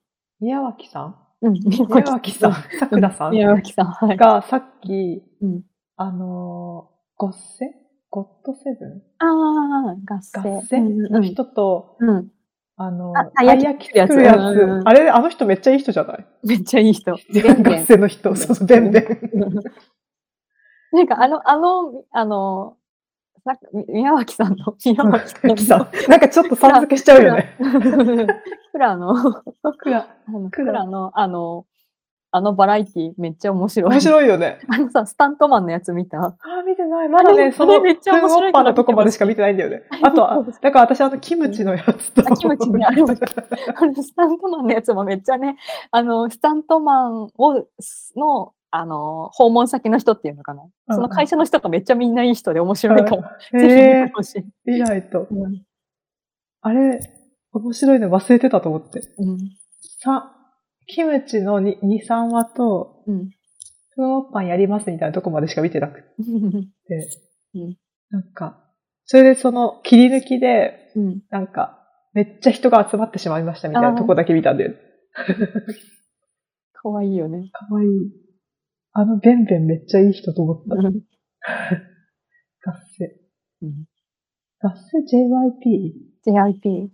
宮脇さん
うん。宮
宮脇さん、さくらさん
宮脇さん。はい。
がさっき、
うん
あのー、ゴッセゴッドセブン
ああ、合
合
戦。
戦
う
の
ん
人と、
うん。うん。
あの
あ
ー、
たい焼き
焼き作るやつ。
作るやつうんうん
あれ、あの人めっちゃいい人じゃない
めっちゃいい人。
合
全然。
戦の人。そうそう、ベンベン。
なんかあの、あの、あの、なんか宮脇さんの、 宮脇さん
ゆ
の
きさん。なんかちょっとさん付けしちゃうよね。
クラの、
くら
あの
ク
ク
ラ
ラの、あの、あのバラエティめっちゃ面白い。
面白いよね。
あのさ、スタントマンのやつ見た
あー、見てない。まだ
あ
ね、
れ
その、
あれめっちゃ面白い
パのとこまでしか見てないんだよ ね。あとは、だから私、あの、キムチのやつと。
あキムチね あれもあのスタントマンのやつもめっちゃね、あの、スタントマンを、の、あの、訪問先の人っていうのかな。その会社の人がめっちゃみんないい人で面白いから、ぜひ
へ
見てほしい。
え、見ないと。
うん
あれ、面白いの忘れてたと思って。
うん。
さ、キムチの2、3話と、
うん。
フーパンやりますみたいなとこまでしか見てなくて。
うん
なんか、それでその切り抜きで、
うん。
なんか、めっちゃ人が集まってしまいましたみたいなとこだけ見たんだよね。
かわいいよね。
かわいい。あのベンベンめっちゃいい人と思った。
うん
合セ。
うん
合セ JYP?
JIP。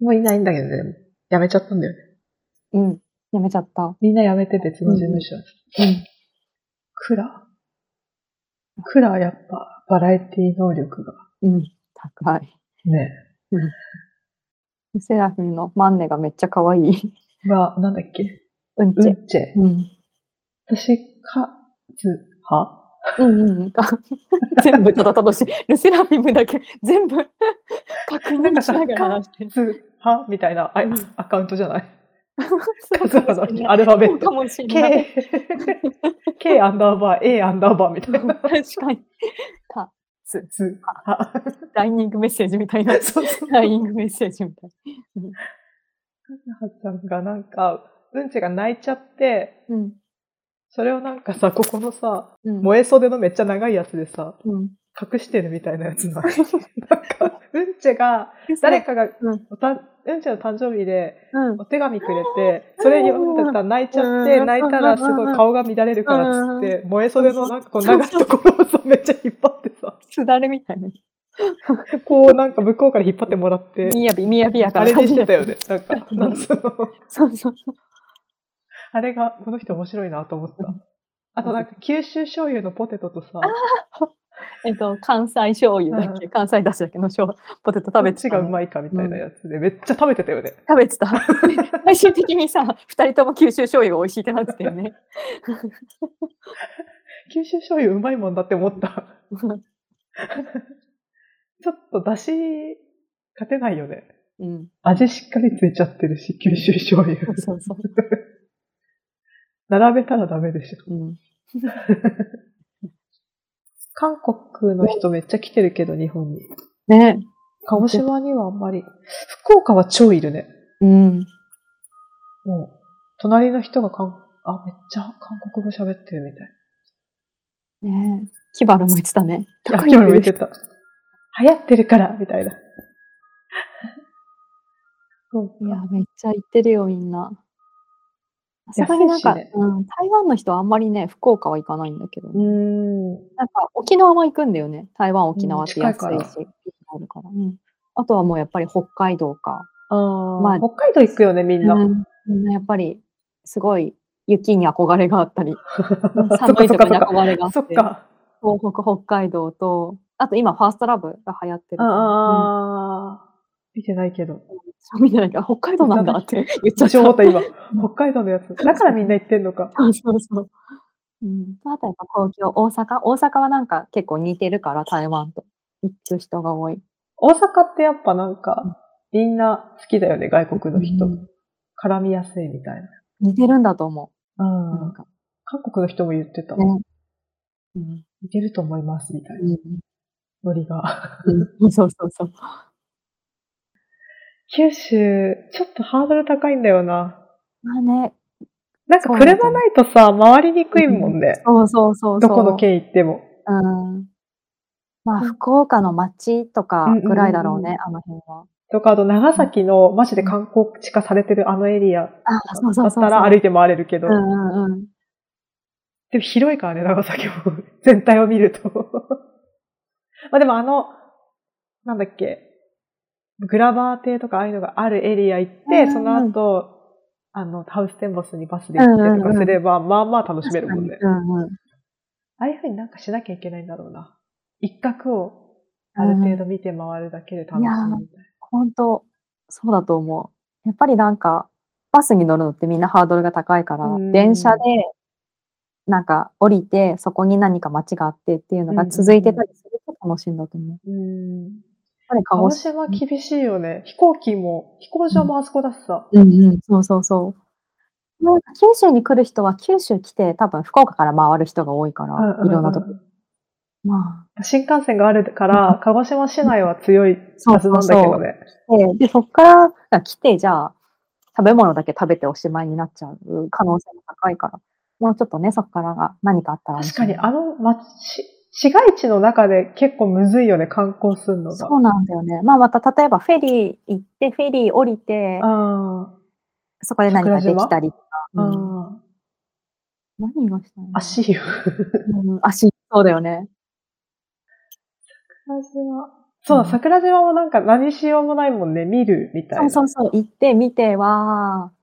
もういないんだけどね。やめちゃったんだよね。
うん。やめちゃった。
みんなやめて別の事務所に。
うん。
クラクラはやっぱバラエティ能力が。
うん。高い。
ね。
セラフィンのマンネがめっちゃ可愛い。
が、なんだっけ
うん
う
ち。
んちェ。
うん。
私、か、ず、は
うんうん うん。あ全部ただ楽しい。ルセラフィムだけ全部確認しながら話してる。
ず、はみたいなあ
うん
アカウントじゃない
そう
そそ
そう
う
う
そうアルファベッ
か
ト。
もしれない。
K、K アンダーバー、A アンダーバーみたいな。
確かに。た
ず、は。
ダイニングメッセージみたいな。
そうそう。
ダイニングメッセージみたい
はちゃんがなんか、うんちが泣いちゃって、
な。うん。
それをなんかさ、ここのさ、
うん。
燃え袖のめっちゃ長いやつでさ、
うん。
隠してるみたいなやつな。 なんか、うんちが、誰かが
うん
おた、うんちの誕生日で
うん
お手紙くれて、それ読んでたら泣いちゃって、
うん
泣いたらすごい顔が乱れるからっつって、燃え袖のなんかこう長いところをさ、めっちゃ引っ張ってさ、
すだれみたいに。
こうなんか向こうから引っ張ってもらって、
みやび、みやびやか
あ
ら。
れにしてたよね。なんか、
うん
なんかその
そうそうそう。
あれが、この人面白いなと思った。あとなんか、九州醤油のポテトとさ、
えっと、関西醤油だっけ、関西だしだっけの醤ポテト食
ど
べ
って
た
ち
の。
がうまいかみたいなやつで、めっちゃ食べてたよね。
食 べてた。最終的にさ、二人とも九州醤油が美味しいってなってたよね。
九州醤油うまいもんだって思った。 ちょっと出汁、勝てないよね。
うん。
味しっかりついちゃってるし、九州醤油。
そうそう。
並べたらダメでしょ。
うん、
韓国の人めっちゃ来てるけど、日本に。
ね。
鹿児島にはあんまり。福岡は超いるね。
うん。
もう、隣の人が韓、あ、めっちゃ韓国語喋ってるみたい。
ねキバルも言ってたね。
あ、今日見てた。流行ってるから、みたいな。 そう
いや
か。、
めっちゃ行ってるよ、みんな。さすがになんか、
安いしね
うん、台湾の人はあんまりね、福岡は行かないんだけど、
うーん。
なんか沖縄は行くんだよね。台湾、沖縄って安いし、
うん近いから
あるから、うん。あとはもうやっぱり北海道か。
ああ、
まあ
北海道行くよね、みんな。
うんみんなやっぱり、すごい雪に憧れがあっ たり、寒
そ
い
っ
と
か
こに憧れがあ
そ
っ、
ってか。
東北、北海道と、あと今、ファーストラブが流行ってる
あ
から。うん
ああ、見てないけど。
そう見てないから、北海道なんだ って言っちゃっ。
私思ったた今。 北海道のやつ。だからみんな行ってんのか。
そうそうそう。うん、あとやっぱ東京、大阪大阪はなんか結構似てるから、台湾と。行く人が多い。
大阪ってやっぱなんか、みんな好きだよね、外国の人。
うん
絡みやすいみたい
似てるんだと思
な。
う。
う
なん
ん。
か
韓国の人も言ってた。
ね。うん。
いけると思います、みたいな。ノリが。
うん、そうそうそう。
九州、ちょっとハードル高いんだよな。
まあね。
なんか車ないとさ、回りにくいもんね。
そうそうそうそう。
どこの県行っても。
うん。まあ、
うん
福岡の街とかぐらいだろうね、あの辺は。
とか、あと長崎の、マジで観光地化されてるあのエリア
あ、そ
だ
うそう
った
そうそう。
ら歩いて回れるけど
う。んうんうん。
でも広いからね、長崎も。全体を見ると。 まあでもあの、なんだっけ、グラバー亭とかああいうのがあるエリア行って、
うんうん
その後、あの、ハウステンボスにバスで行ってとかすれば、まあまあ楽しめるもんね。
うんうん。
ああいうふうになんかしなきゃいけないんだろうな。一角をある程度見て回るだけで楽し
いやー
むみたいな。
本当そうだと思う。やっぱりなんか、バスに乗るのってみんなハードルが高いから、
うん
電車で、なんか降りて、そこに何か街があってっていうのが続いてたりすると楽しいんだと思う。やっ
うん。
ぱり鹿
鹿
児
児
島。
島厳しいよね。飛行機も、飛行場もあそこだしさ。
うんうん、そうそうそう。なんか九州に来る人は九州来て多分福岡から回る人が多いから、
うんうんうん
いろんなとこ。ま
新幹線があるから、鹿児島市内は強いはずなんだけどね。
あ、で、でそこから来て、じゃあ、食べ物だけ食べておしまいになっちゃう可能性も高いから、もうちょっとね、そこからが何かあったら面
確
白
か
い
に、あの街、市街地の中で結構むずいよね、観光するのが
そ。うなんだよね。まあまた例えばフェリー行って、フェリー降りて、
あ
そこで何かできたりとか。
あ、
うん
あ
何がしたいの
あ、足湯。
うん足、そうだよね。
桜島。そうだ、桜島もなんか何しようもないもんね、見るみたい
そう
な。
そうそう、行って、見て、わー。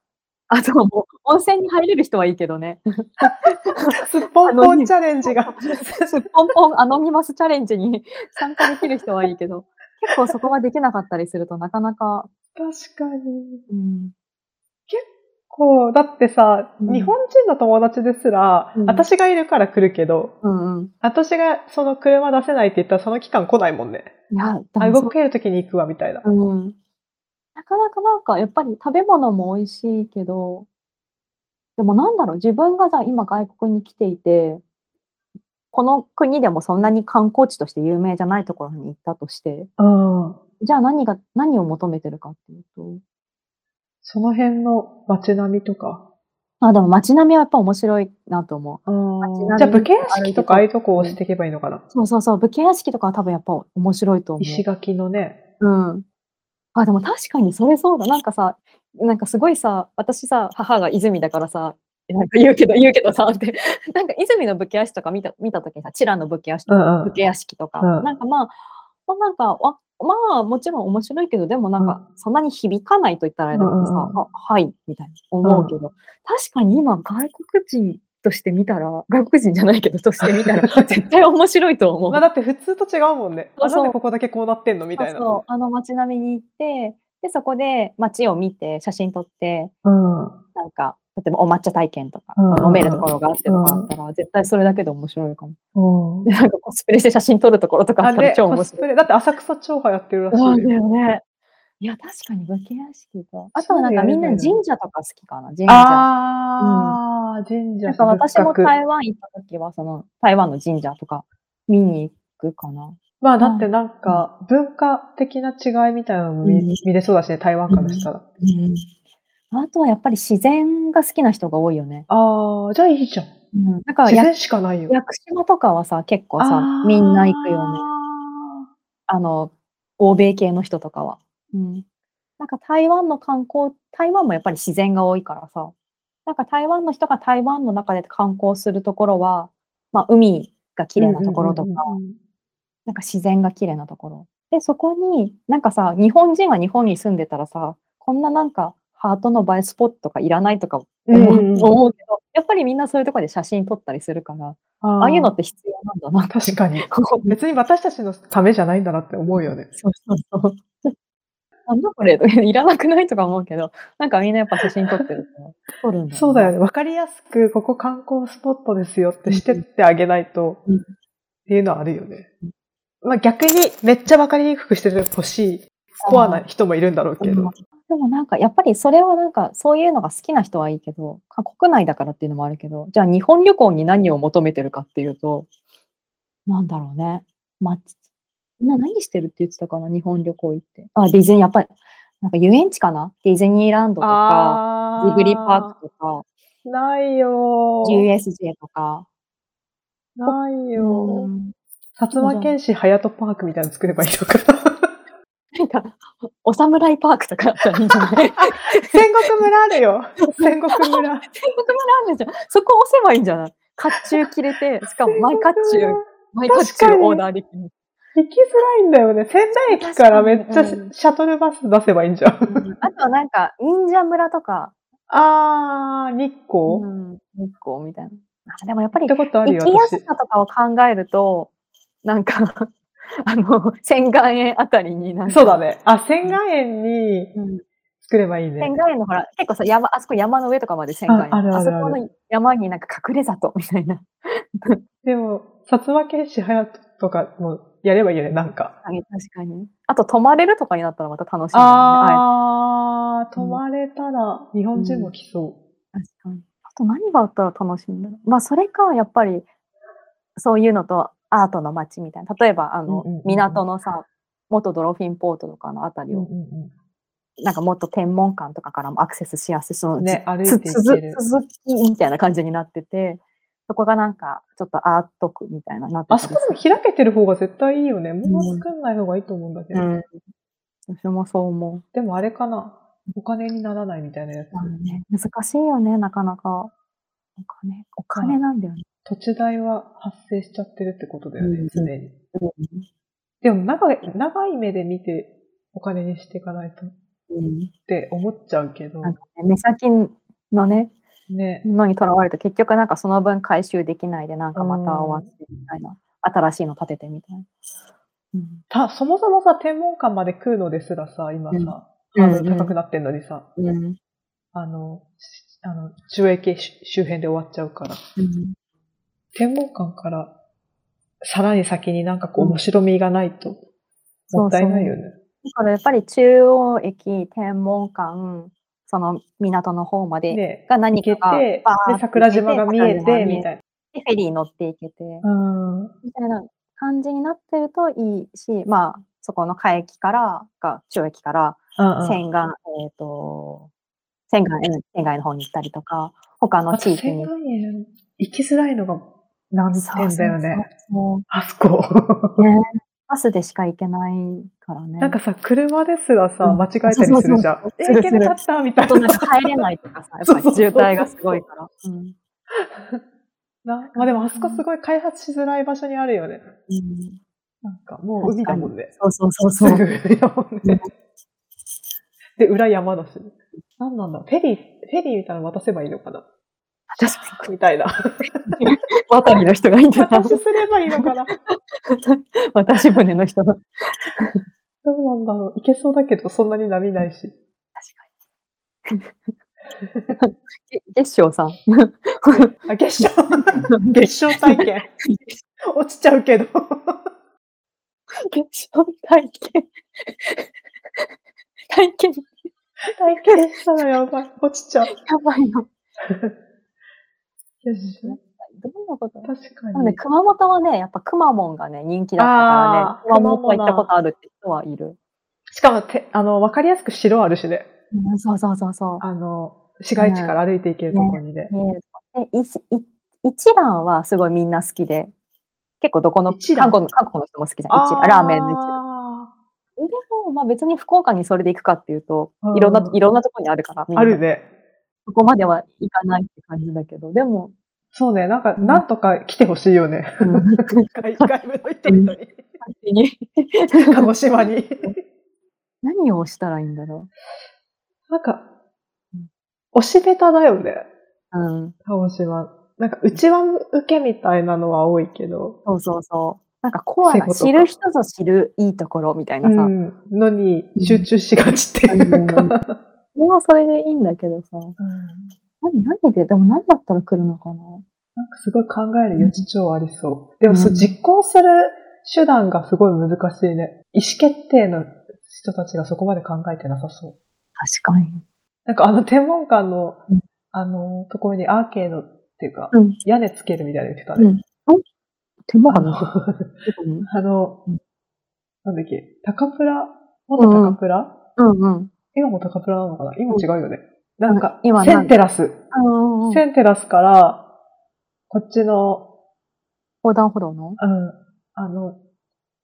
あとはもう、温泉に入れる人はいいけどね。
すっぽんぽんチャレンジが。
ポンポンアノニマスチャレンジに 参加できる人はいいけど、結構そこはできなかったりするとなかなか、
確かに。
うん、
こう、だってさ、
うん
日本人の友達ですら、
うん
私がいるから来るけど、
うんうん。
私がその車出せないって言ったらその期間来ないもんね。
いや、
あ、
でもそ
動ける時に行くわ、みたいな。
うん。なかなかなんか、やっぱり食べ物も美味しいけど、でもなんだろう、自分がじゃあ今外国に来ていて、この国でもそんなに観光地として有名じゃないところに行ったとして、
うん。
じゃあ何が、何を求めてるかっていうと、
その辺の街並みとか。
あ、でも街並みはやっぱ面白いなと思う。
あー
並み
じゃあ武家屋敷とかああいうとこを押していけばいいのかな。
そうそうそう、武家屋敷とかは多分やっぱ面白いと思う。
石垣のね。
うん。あ、でも確かにそれそうだ。なんかさ、なんかすごいさ、私さ、母が泉だからさ、なんか言うけど、言うけどさ、って、 なんか泉の武家屋敷とか見た、見たときにさ、チラの武家屋敷
う
とか、
んうん
武。家屋敷とか、
うん
なんかまあ、まあなんか、あまあもちろん面白いけど、でもなんか、そんなに響かないと言ったらあれだけどさ、
うんうんうん
あはい、みたいに思うけど、確かに今、外国人として見たら、外国人じゃないけど、として 見たら、絶対面白いと思う
まあ。だって普通と違うもんね。あ、
そう
なんでここだけこうなってんのみたい
あ
な。
そうあの街並みに行ってでそこで街を見て写真撮って
うん。
なんか例えばお抹茶体験とか、
うんうんうん
飲めるところがあってとかあったら、絶対それだけで面白いかも
う ん
でなんかコスプレして写真撮るところとかあ
あ
ったら
で
超
コ
面
ス
白
プ
い
レだって浅草超流行ってるらしい
そう
よ。
だよねいや確かに武家屋敷とあとはなんかみんな神社とか好きかな神社
ああ、神社
なんか私も
仏閣
台湾行った時はその台湾の神社とか見に行くかな
まあだってなんか文化的な違いみたいなのも見,、
うん
見れそうだしね、台湾からしたら。
あとはやっぱり自然が好きな人が多いよね。
ああ、じゃあいいじゃん。
うん、なんか
自然しかないよ。
屋久島とかはさ結構
あ
さ
ー
みんな行くよねあの欧米系の人とかは、うん、なんか台湾の観光台湾もやっぱり自然が多いからさなんか台湾の人が台湾の中で観光するところは、まあ、海が綺麗なところと
う
か、
んうんうんうん
なんか自然が綺麗なところでそこになんかさ日本人は日本に住んでたらさこんななんかハートの映えスポットとかいらないとか思う,、
うんうん
思うけどやっぱりみんなそういうところで写真撮ったりするから
あー
ああいうのって必要なんだなって
確かに。
ここ
別に私たちのためじゃないんだなって思うよね。
そうそうそう。 なんだこれいらなくないとか思うけど、なんかみんなやっぱ写真撮ってるから。撮るんだ、
そうだよね。。わかりやすく、ここ観光スポットですよってしてってあげないと、
うん
っていうのはあるよね。まあ逆に、めっちゃわかりにくくしててほしい、コアな人もいるんだろうけ
で
ど
も。なんかやっぱりそれはなんかそういうのが好きな人はいいけど、か国内だからっていうのもあるけど、じゃあ日本旅行に何を求めてるかっていうと、なんだろうね。ま、みんな何してるって言ってたかな、日本旅行行って。あ、ディズニー、やっぱり、なんか遊園地かなディズニーランドとか、
あ
ジブリパークとか、
ク。ないよー。
USJ とか。
ないよ
う
ー。
ん
薩摩剣士隼人パークみたいなの作ればいいのかな。
なんか、お侍パークとかあったらいいんじゃない
戦国村あるよ。戦国村。
戦国村あるじゃん。そこ押せばいいんじゃない甲冑着れて、しかもマイ甲冑、
戦国村
マイ甲
確か
冑
に
オーダーできる。
行きづらいんだよね。仙台駅からめっちゃシ
確かにうん
シャトルバス出せばいいんじゃん。
あとはなんか、忍者村とか、
あー、日
う
光、
ん、日光みたいな。あでもやっぱり
行っ、たことあるよ、
行きやす
私。
さとかを考えると、なんか、あの、千眼園あたりになんか
そうだ。ね。あ、仙岩園に
うん
作ればいいね
千。眼園のほら、結構さ、山、あそこ山の上とかまで千眼園。
ああるあるある
そこの山になんか隠れ里みたいな。
でも、薩摩剣士隼人とかもやればいいよね、なんか。
はい確かに。あと、泊まれるとかになったらまた楽しい、ね。
あ
あ
ー、
うん
泊まれたら日本人も来そ
確かに。あと、何があったら楽しいんだろう。まあ、それか、やっぱり、そういうのとアートの街みたいな。例えば、あの、
うんうんうんうん
港のさ、元ドルフィンポートとかのあた
う。
りを、
うんうんうん
なんかもっと天文館とかからもアクセスしやすい、その、
ね、歩い
つ
て
つ
い
づ
ける。
続きみたいな感じになってて、そこがなんか、ちょっとアート区みたいななってた
あ
り
そ
す
こでも開けてる方が絶対いいよね。物作んない方がいいと思うんだけ
る
ど。
うん。私もそう思う。
でもあれかな。お金にならないみたいなやつ。
まあね、難しいよね、なかなか。お金、お金なんだよね。
土地代は発生しちゃってるってことだよ
うんう
ね
ん、
常に。でも長い、長い目で見てお金にしていかないとっ
うん
て思っちゃうけど、
なんかね、目先のね、
ね。
のにとらわれて、結局なんかその分回収できないで、なんかまた終わってみたいな。新しいの建ててみたいな。うん
た、そもそもさ、天文館まで食うのですらさ、今
うん
さ、ハードル高くなってんのにさ、
うん
あの、しあの、中駅周辺で終わっちゃうから。
うん
天文館から、さらに先になんかこう、面白みがないと、もったいないよね。
だからやっぱり中央駅、天文館、その港の方まで
で、
が何
行
か
け
が
て
バ、ー
で、
って
桜島が見え
桜島
て、
が
み
え
たい
てフェリーに乗っていけて。
な。うん。
みたいな感じになってるといいし、まあ、そこの海域から、が中駅から、
うんうん
船岸、えっ、と、船岸、うん船外の方に行ったりとか、他の
あと西
地域に。
岸園行きづらいのが難
そう
点だよね。
そうそう
あそこ。
バスでしか行けないからね。
なんかさ、車ですらさ、
うん
間違えたりするじゃん
そうそうそう。
え
する
行けなかったみた
あ
い
となん
な。
か入れないとかさ、やっぱり渋滞がすごいから。うん
なまあでもあそこすごい開発しづらい場所にあるよね。
うん
なんかもう海だもんね。
そうそうそう
す
そ
ぐ
う。
海だもんね。 で、裏山だし。なんなんだフェリー、フェリーみたいなの渡せばいいのかな
確か
みたいな。
に、渡りの人がいい んだな
私。すればいいのか な
私船の人が。確
どうなんだろう。行けそうだけど、そんなに波ないし。
かに。 月賞さん。
あ、月賞月賞体験。 落ちちゃうけど。
月賞体験。 体験、
体験したらやばい。落ちちゃう。
やばいな。
月賞
どんなこと
確か
でもね、
に。
熊本はね、やっぱくまモンがね、人気だったか
あ、
らね
ー
熊本は行った
熊本だ
ことあるって人はいる。
しかもて、あの、わかりやすく城あるしね。
うんそうそうそうそ
あの、市街地から歩いていけるところにね。
う。ねえ、いい一蘭はすごいみんな好きで、結構どこの、
一蘭
韓国の韓国の人も好きじゃん。
あ
一蘭、ラーメンの一蘭。
あ
でも、まあ別に福岡にそれで行くかっていうと
う、ん
いろんな、いろんなとこにあるから、みん
ーあ
な
るね。
そこまでは行かないって感じだけど、でも、
そうね。なんか、
うん
なんとか来てほしいよね。
うん勝
外外部の人々に。
手に
鹿児島に。
何をしたらいいんだろ
なんか、押しベタだよね。
う。うん。
鹿児島。なんか、内輪受けみたいなのは多いけど、
そうそうそう。なんかコア
そういう
な、
こと
知る人ぞ知るいいところみたいな
う
さ。
ん、のに集中しがちっていうか。
うんそれはそれでいいんだけどさ。何、何で、でも何だったら来るのかな
なんかすごい考える余地超ありそう。でも、そう
うん
実行する手段がすごい難しいね。意思決定の人たちがそこまで考えてなさそう。
確かに。
なんかあの天文館の
うん、
あの、ところにアーケードっていうか、
うん
屋根つけるみたいなの言ってた
う
ね。
ん手間
あ
が
の、
な
あの
うん、
なんだっけ、高倉元高倉、
うんうん。
今も高倉なのかな今違うよね。なんか、
うん今
セ
なん
ンテラス。
うんうん。
センテラスから、こっちの、
横断歩道の
うん、あの、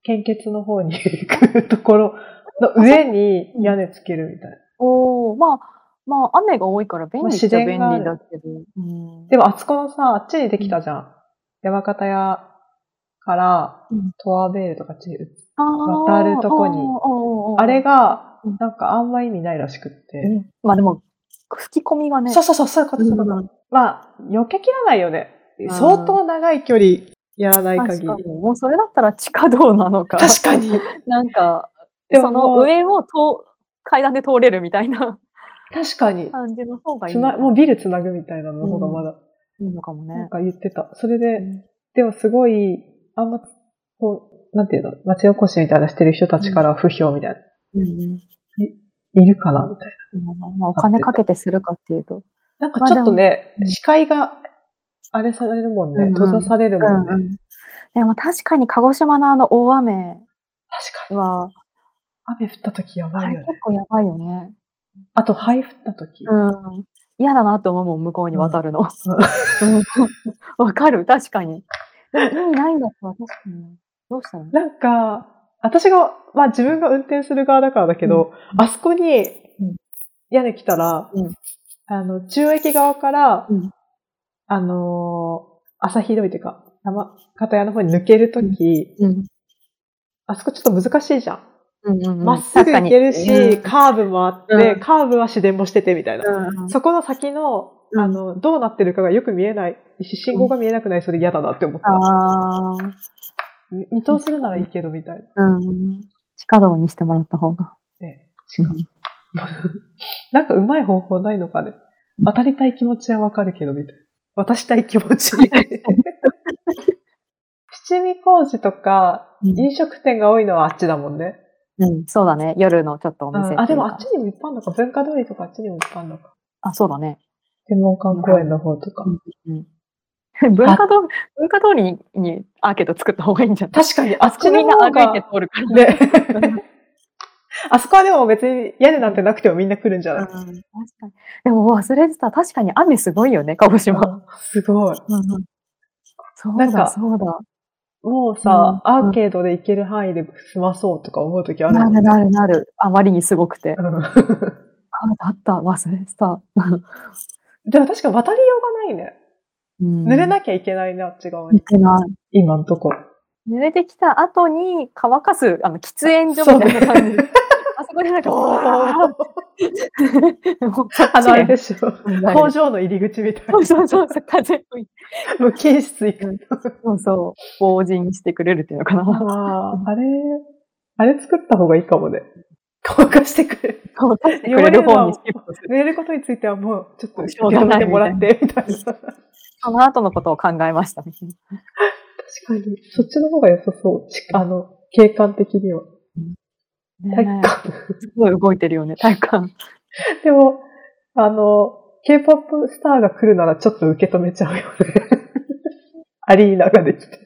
献血の方に 行くところの上に屋根つけるみたいな。
おおまあ、まあ、雨が多いから便利っちゃ便利だけど。うん。
でもあそこのさ、あっちにできたじゃん。山形屋から
うん、
トアベールとかあっちに
あー
渡るとこに
おーおーおー
あれが
うん、
なんかあんま意味ないらしくっ
う
て。
んまあでも、吹き込みがね。
そうそうそう、そういうこと、そういうこと。
うん
まあ、避けきらないよね。
ん
相当長い距離やらない限
確
り。
かに。もうそれだったら地下道なのか。
確かに。
なんか、
で
そ
も
の上を通、階段で通れるみたいな
確かに。
感じの方がいい
つな、もうビルつなぐみたいなの方がまだ、
いいのかも
なん
ね。
か言ってた。それで、でもすごい、あんま、こう、なんていうの、町おこしみたいなしてる人たちから不評みたい
うんうん
な、いるかなみたい
まあ、お金かけてするかっていうと。
な。なんかちょっとね
まあでもう、ん
視界が、あれされるもんね。
うんうん
閉ざされるもんね。
でも確かに鹿児島のあの大雨
確かに。
は、
雨降った時やば
あ
い
れ
よね。
結構やばいよね。
あと、灰降った時。
うん。嫌だなと思うもん、向こうに渡るの。 うんわかる、確かに。でも意味ないんだったら確かに。どうしたの
なんか、私が、まあ自分が運転する側だからだけど、
うん
あそこに
うん
屋根来たら、
うん
あの、中駅側から、
うん
あのー朝ひどいというか、山片屋の方に抜けるとき、
うん。
あそこちょっと難しいじゃん。
うんうんうん
ま、っすぐ行けるし、
確か
カーブもあって、
うん
カーブは市電もしててみたいな。
にうんうん
そこの先の、
うん
あの、どうなってるかがよく見えないし、信号が見えなくない、それ嫌だなって思った。
ああ。
み見通せるならいいけど、みたいな。
うん。地下道にしてもらった方が。
ねなんかうまい方法ないのかね。渡りたい気持ちはわかるけど、みたいな。渡したい気持ち。七味麹とか、
うん
飲食店が多いのはあっちだもんね。
うん、そうだね。夜のちょっとお
う
店。
んあ、でもあっち。にもいっぱいあるのか。文化通りとかあっちにもいっぱいあるのか。
あ、そうだね。
天文館公園の方とか。
うん 文化通り、文化通りににアーケード作った方がいいんじゃない
確かに、あっ
みんな歩いて通るから。
ね。 あそこはでも別に屋根なんてなくてもみんな来るんじゃない、
確かに。でも忘れてた。確かに雨すごいよね、鹿児島。
すごい。
そう
なんか
だ、そうだ。
もうさ、
うん
アーケードで行ける範囲で済まそうとか思うときある
な
もんね
るなるなる。あまりにすごくて。
うん
あ、だった。忘れてた。
でも確か渡りようがないね。
濡
濡れなきゃいけないね、あっち側
い
に。
けない。
今んとこ。
濡れてきた後に乾かす、あの、喫煙所みたい な感じ。あそこでなんか、
あ
もう
の、あれでしょ。工
そ
場の入り口みたいう
そうそう、風吹いて。
な。無菌室行く。
そうそう、防塵してくれるっていうのかな。
ああ、あれ、あれ作った方がいいかもね。乾かしてくれる。
そう、出してくれる方にスキップする。
寝ることについてはもう、ちょっと
しょうが
受け止
ない
めてもらって、みたいな。確
その後のことを考えました。
かに。そっちの方が良さそう。ちあの、景観的には。体育
ね
館。
えすごい動いてるよね、体育館。
でも、あの、K-POP スターが来るならちょっと受け止めちゃ うよね。アリーナができて。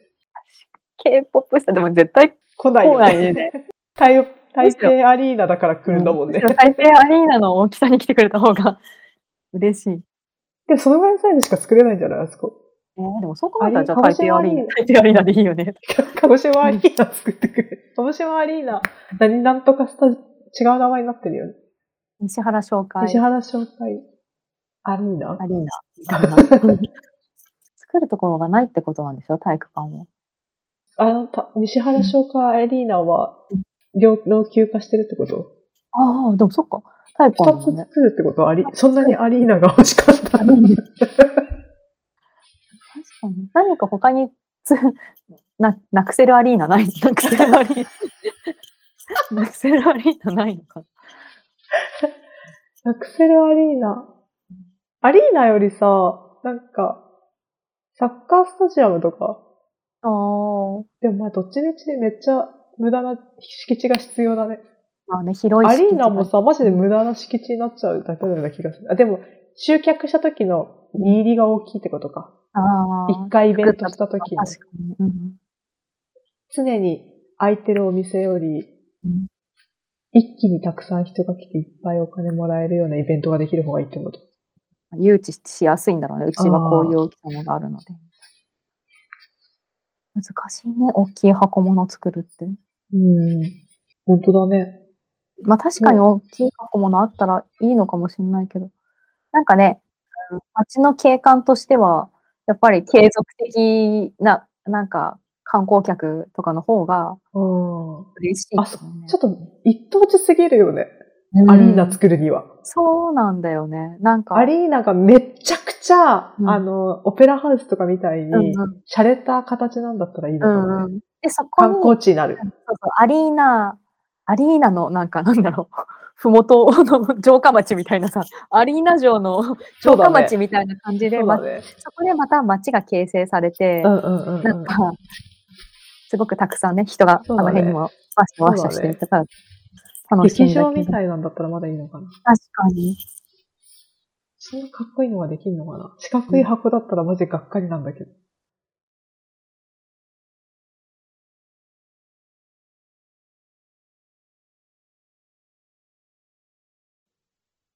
K-POP したでも絶対
来ない
来
よ
な
ね。
いね。
台台北アリーナだから来るんだもんね。
台北アリーナの大きさに来てくれた方が嬉しい。
でもそのぐらいのサイズしか作れないんじゃないあそこ。
えーでもそう考えたら、じゃあ
あれ
台北アリーナ
鹿、
台北アリーナでいいよね。
鹿児島アリーナ作ってくれ。鹿児島アリーナ、何なんとかスタジ違う名前になってるよね。
西原紹介
西原商会アリーナ
アリーナみたいな。作るところがないってことなんでしょ、体育館も。
あのた西原商会アリーナは
う、
老老朽化してるってこと
ああ、でもそっか。体育
二
館も
つ
ね。
作るってことはあり、そんなにアリーナが欲しかった
ア リーナ確かに。何か他につ な、なくせるアリーナない、なくせるアリー ナ。なくせるアリーナないのか。
アクセルアリーナ。アリーナよりさ、なんか、サッカースタジアムとか、
ああ。
でもまあどっちみちめっちゃ無駄な敷地が必要だね。
まあね、広い
ア
敷地
リ
が
ーナもさ、マジで無駄な敷地になっちゃうだけのような気がする。あ、でも、集客した時の入りが大きいってことか。
ああ。
一回イベントした時の。
確かに。うん。
常に空いてるお店より
うん、
一気にたくさん人が来ていっぱいお金もらえるようなイベントができる方がいいってこと。
誘致しやすいんだろうね。うちはこういう大きさのがあるので。難しいね。大きい箱物作るって。
うん。本当だね。
まあ確かに大きい箱物あったらいいのかもしれないけど。なんかね、あの街の景観としては、やっぱり継続的な、なんか観光客とかの方が
うん。
嬉しい、
あそちょっと一等地すぎるよね。アリーナ
うん
作るには。
そうなんだよね。なんか。
アリーナがめちゃくちゃ、
うん
あの、オペラハウスとかみたいに、
うんうん
洒落た形なんだったらいいの
う
かもね。
んうん。で、そこに
観、光地になる。
そうそうアリーナ、アリーナのなんかなんだろう、 ふもとの城下町みたいなさ、アリーナ城の
そ
城
うだ
下
ね
町みたいな感じで、
そう
ま
だ
そ
ね。
こでまた町が形成されて、
うんうんうん
なん
うん。
か、すごくたくさんね、人があ
そう
の
だね
辺にもわしゃわしゃしてるとから、楽しい
劇
んだ
場
け
み
ど。
たいなんだったらまだいいのかな。
確かに。
そんなかっこいいのができるのかな。四角い箱だったらマジがっかりなんだけど。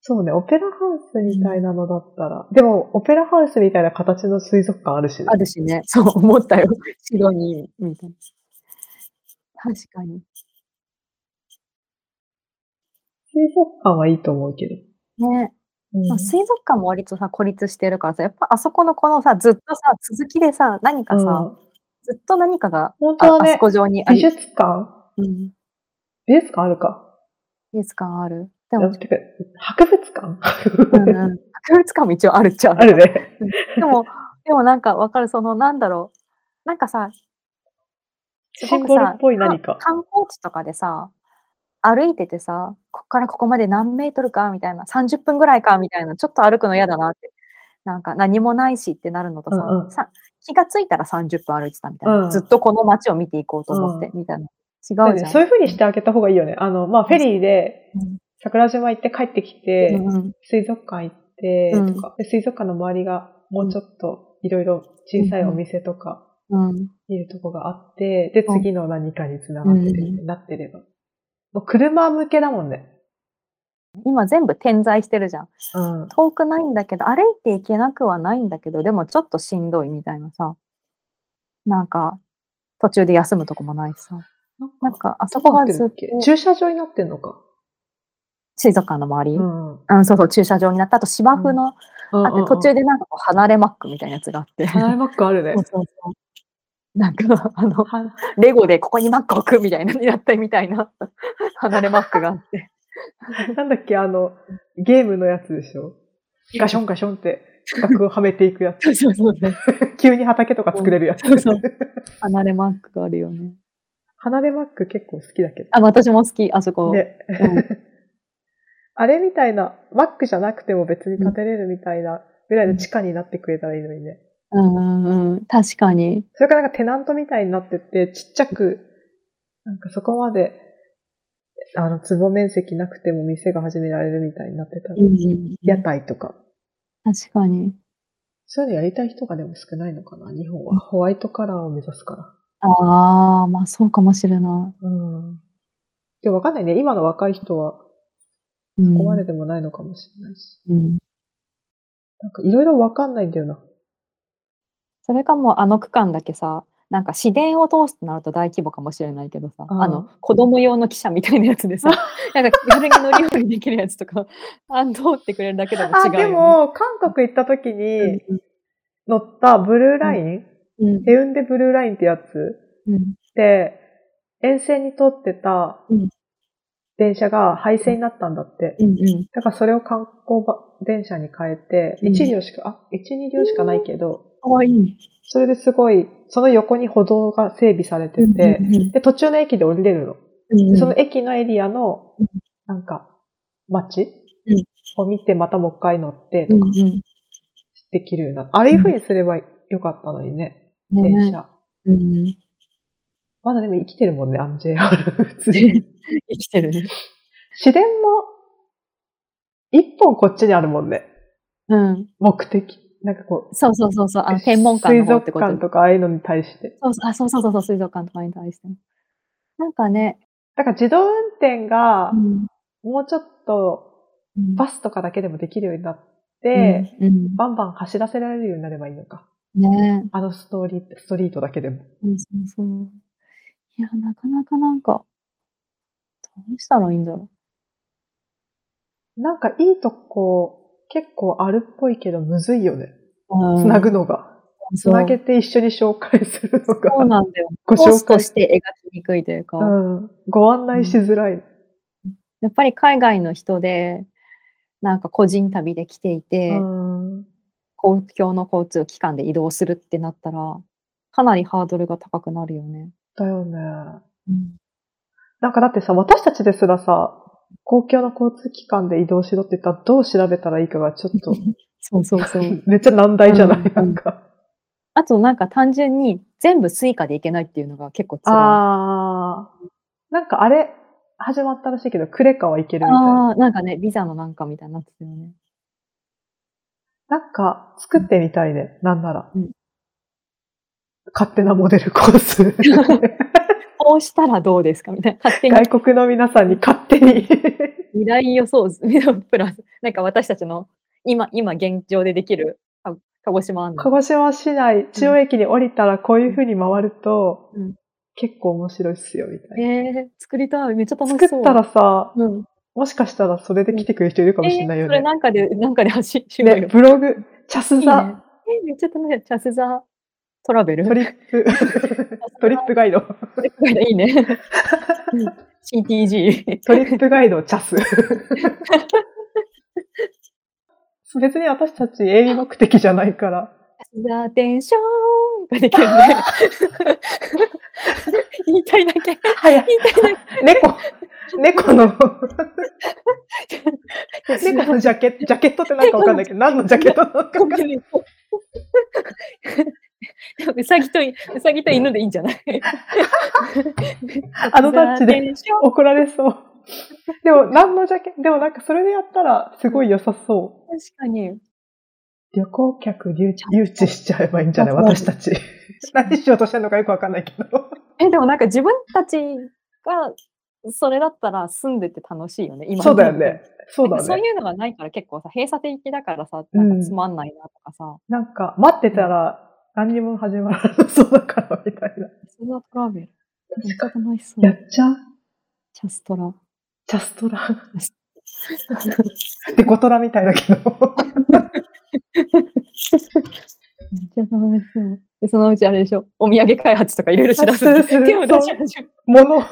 そうね、オペラハウスみたいなのだったら。でも、オペラハウスみたいな形の水族館あるしね
あ。るしね、そう思ったよ。白に、みたいな。確かに。
水族館はいいと思うけど。
ね。
うん
まあ、水族館も割とさ、孤立してるからさ、やっぱあそこのこのさ、ずっとさ、続きでさ、何かさ、
うん
ずっと何かが、
本当
あ
は
あそ
ね、
こ上にあ
美
り、
術館
うん、
美術館あるか。
美術館ある。で
あ
も、
てか博物
う
館、
んうん、博物館も一応あるっちゃあ
あ
る。
るね。
でも、でもなんかわかる、その、なんだろう。なんかさ、す
シ
ご
ン
く
ボル
さ
っぽい何か。
観光地とかでさ、歩いててさ、こっからここまで何メートルかみたいな、30分ぐらいかみたいな、ちょっと歩くの嫌だなって、なんか何もないしってなるのとさ、
うんうん
さ気がついたら30分歩いてたみたいな、
うん
ずっとこの街を見ていこうと思って、みたいな。違うじゃん。
そういう風にしてあげた方がいいよね。あの、まあ、フェリーで
うん
桜島行って帰ってきて、
うんうん
水族館行って
うん
とか、で水族館の周りがもうちょっといろいろ小さいお店とか
うん
見るとこがあって、で、
うん
次の何かにつながってる
う
なってれば。もう車向けだもんね。
今全部点在してるじゃん。
うん。
遠くないんだけど、歩いていけなくはないんだけど、でもちょっとしんどいみたいなさ。なんか、途中で休むとこもないしさ。なんか、あそこがずっと
駐車場になってんのか。
水族館の周り、
う
うん
ん。うん
そうそう、駐車場になった。あと芝生の、あって途中
で。
でなんかこう離れマックみたいなやつがあって。
ハイマックあるね
そう。そうそうなんか、あの、
は
レゴでここにマック置くみたいな、やったみたいな、 離れマックがあって。
なんだっけ、あの、ゲームのやつでしょ。ガションガションって区画をはめていくやつ。
そうそうそう。
急に畑とか作れるやつ。
そうそう。離れマックがあるよね。
離れマック結構好きだけど。
あ、私も好き、あそこ。
ね。
うん
あれみたいな、マックじゃなくても別に建てれるみたいなぐらいの地下になってくれたらいいのにね。
うんうんうん、確かに。
それからなんかテナントみたいになってて、ちっちゃく、なんかそこまで、あの、坪面積なくても店が始められるみたいになってたら、屋台とか。
確かに。
そういうのやりたい人がでも少ないのかな、日本は。ホワイトカラーを目指すから。
ああ、まあそうかもしれな
うん。でもわかんないね。今の若い人は、
い。うん
ここまででもないのかもしれないし。
うん
なんかいろいろわかんないんだよな。
それかもうあの区間だけさ、なんか市電を通すとなると大規模かもしれないけどさ、
うん
あの子供用の汽車みたいなやつでさ、 なんか気軽に乗り降りできるやつとか、あの通ってくれるだけでも違
あ、
うよ、ね。
でも、韓国行った時に乗ったブルーライン、
うん、うん
ヘウンデブルーラインってやつ
うん
で、沿線に通ってた
うん
電車が廃線になったんだって。
うんうん
だからそれを観光ば電車に変えて、
うん
1両しか、あ、1、2両しかないけど、
かわいい。
それですごい、その横に歩道が整備されてて、で、途中の駅で降りれるの。でその駅のエリアの
うん、
なんか、街
うん
を見てまたもう一回乗って
う
と
ん
か
うん
できるようになった。ああいう風にすればよかったのにね、
ね
電車。
うん
まだでも生きてるもんね、あの JR 普通に。
生きてるね。
市電も、一本こっちにあるもんね。
うん。
目的。なんかこう、
そうそうそうそう。あの天文館の
水
方って
族
こと
館とかああいうのに対して。
そうそうあそうそうそうそう、水族館とかに対しても。なんかね、
だから自動運転が
う、ん
もうちょっと、
うん
バスとかだけでもできるようになって、
うん
バンバン走らせられるようになればいいのか。
うんね
あのストーリー、ストリートだけでも。
そうそうそう。いや、なかなかなんか、どうしたらいいんだろ
なんかいいとこ、結構あるっぽいけど、むずいよね。
う。
つなぐのが。つなげ
て。
て一緒に紹介するのが。
そうなんだよ。
ご
コー
紹
スと
介
して描きにくいというか、
うん。ご案内しづらい。
やっぱり海外の人で、なんか個人旅で来ていて、
うん。
公共の交通機関で移動するってなったら、かなりハードルが高くなるよね。
だよね。なんかだってさ、私たちですらさ、公共の交通機関で移動しろって言ったらどう調べたらいいかがちょっと、
そうそう そう。
めっちゃ難題じゃない、
うん
なんか。
あとなんか単純に全部スイカでいけないっていうのが結構辛い。
あー。なんかあれ、始まったらしいけど、クレカはいけるみたいな。
あー、なんかね、ビザのなんかみたいになってたよね。
なんか、作ってみたいね、なんなら。
うん
勝手なモデルコース。
こうしたらどうですかみたいな。勝手に
外国の皆さんに勝手に。
未来予想図プラス、なんか私たちの今、今現状でできるか鹿児島案内
鹿児島市内、中央駅に降りたらこういう風に回ると、
うん
結構面白いっすよ、みたいな。
えー、作りたい。めっちゃ楽しそう。
作ったらさ、
うん。
もしかしたらそれで来てくれる人いるかもしれない
え
よ
ーそれ
ね。
なんかで、なんかで走しよう
ね
よ、。
ブログ、チャス
いいね
ザ、
えーめっちゃ楽しい。チャスザトラベル
トリップ、トリップ ガイド、
いいね。 うん CTG。
トリップガイドチャ ス。別に私たち営利目的じゃないから。
ザテンションができ るね。 言いたいだけ。
早い。
言いたいだ
猫、猫 の、
け。
猫のジャケット、ジャケットってなんかわかんないけど、何のジャケットなのか
ごめんねうさぎとい、うさぎと犬でいいんじゃない
あのタッチで
ザテンション
怒られそう。でも、何のジャケット、でもなんかそれでやったらすごい良さそう。
確かに。
旅行客留置留置しちゃえばいいんじゃない
そう
私た ち。何しようとしてるのかよくわかんないけど。
え、でもなんか自分たちがそれだったら住んでて楽しいよね、今
そうだよね。。そうだ
なんかそう
ね。
いうのがないから結構さ、閉鎖的だからさ、なんかつまんないなとかさ、
なんか、待ってたら、何にも始まらなそうだから、みたいな。
そんなトラベル。めっちゃ楽しそう。
やっちゃう
チャストラ。
チャストラ。で、ゴトラみたいだけど。
めっちゃ楽しそう。で、そのうちあれでしょ、お土産開発とかいろいろしだす。
そうそう
手を出し始め
物、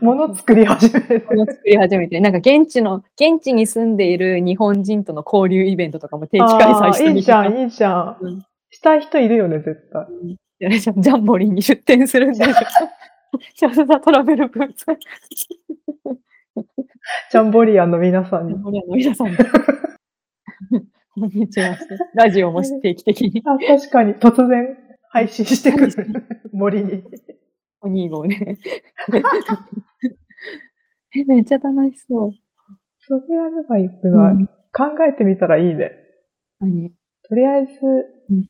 物作り始 める。
物作り始めて、なんか現地の、現地に住んでいる日本人との交流イベントとかも定期開催して
あーいい
み
じ
た
ゃん、いいじゃん。
うん
したい人いるよね、絶対。
やるじゃ んジャンボリーに出店するんでしょ。シャスザトラベルブーツ。
ジャンボリアンの皆さん
ジャ
に。
ンボリーの皆さん。こんにちは。ラジオも定期的に。
あ、確かに、突然配信して くる。森に。
お兄号ね。え、めっちゃ楽しそう。
それやればいいくない、
うん
考えてみたらいいね。
何
とりあえず
うん、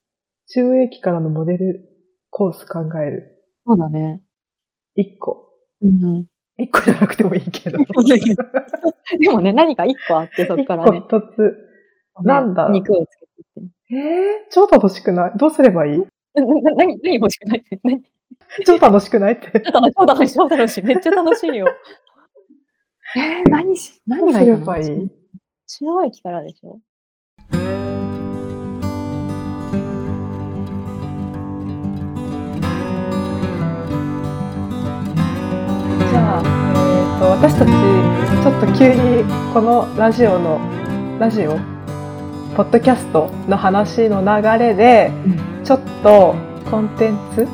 中駅からのモデルコース考える。
そうだね。
一個。
うん、
一個じゃなくてもいいけど。
そうだけどでもね、何か一個あって、そっ
一
か
個
らね。
一つ。なんだろう
肉をつけていって。
えー、超楽しくないどうすればいい
な、な、何、何欲しくない何
超楽しくないって。
超楽しい、超楽しい、超楽しい。めっちゃ楽しいよ。えー、何し、
ど
何
う
が
す
いい
れ
か
ば
ない
い
中央駅からでしょじゃあ、
えっと私たちちょっと急にこのラジオのラジオポッドキャストの話の流れで、
う
ちょっとコンテンツ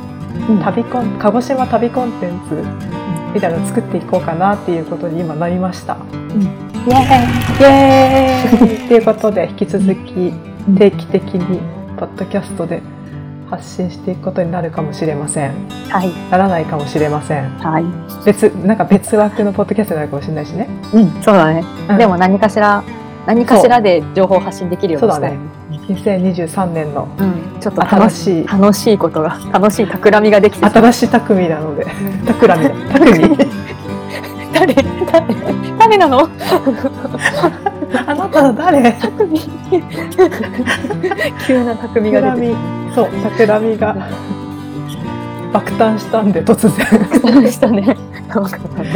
旅
旅コン鹿児島旅コンテンツみたいなのを作っていこうかなっていうことに今なりました。
イエ
イエーイということで引き続き
ん
定期的にポッドキャストで発信していくことになるかもしれません。
ーイはい、
ならないかもしれません。
はい。
別なんか別枠のポッドキャストになるかもしれないしね。
うん、そうだね。
うん
でも何かしら、何かしらで情報発信できるようにしたい。
そう2023年の
うん、ちょっと
新
楽しい。
しい
楽しいことが、楽しい企みができてそう
新しい匠なので
ん
企みだ匠
誰誰誰なの
あなた誰
匠 急な匠が
企
出て
みそう企みが爆誕したんで突然
きましたね。わかったね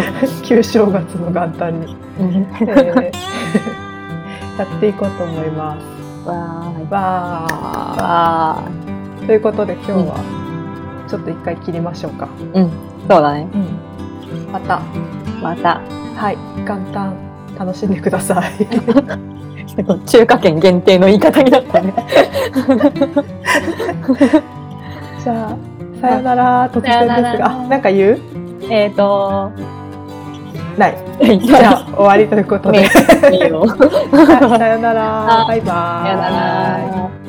旧正月の元旦に、
うん
えー やっていこうと思いま
わーい
す。わー
わ
ということで今日はちょっと一回切りましょうか、
ーいうん、そうだね。
また
また、
はい元旦楽しんでください
中華圏限定の言い方になったね。
じゃあさよなら突然
さよな
ですが
ら
あなんか言う
えっと、
ない
じ
じゃあ終 わりということで。
いいよ。
さよなら。バイバイ。
さよなら。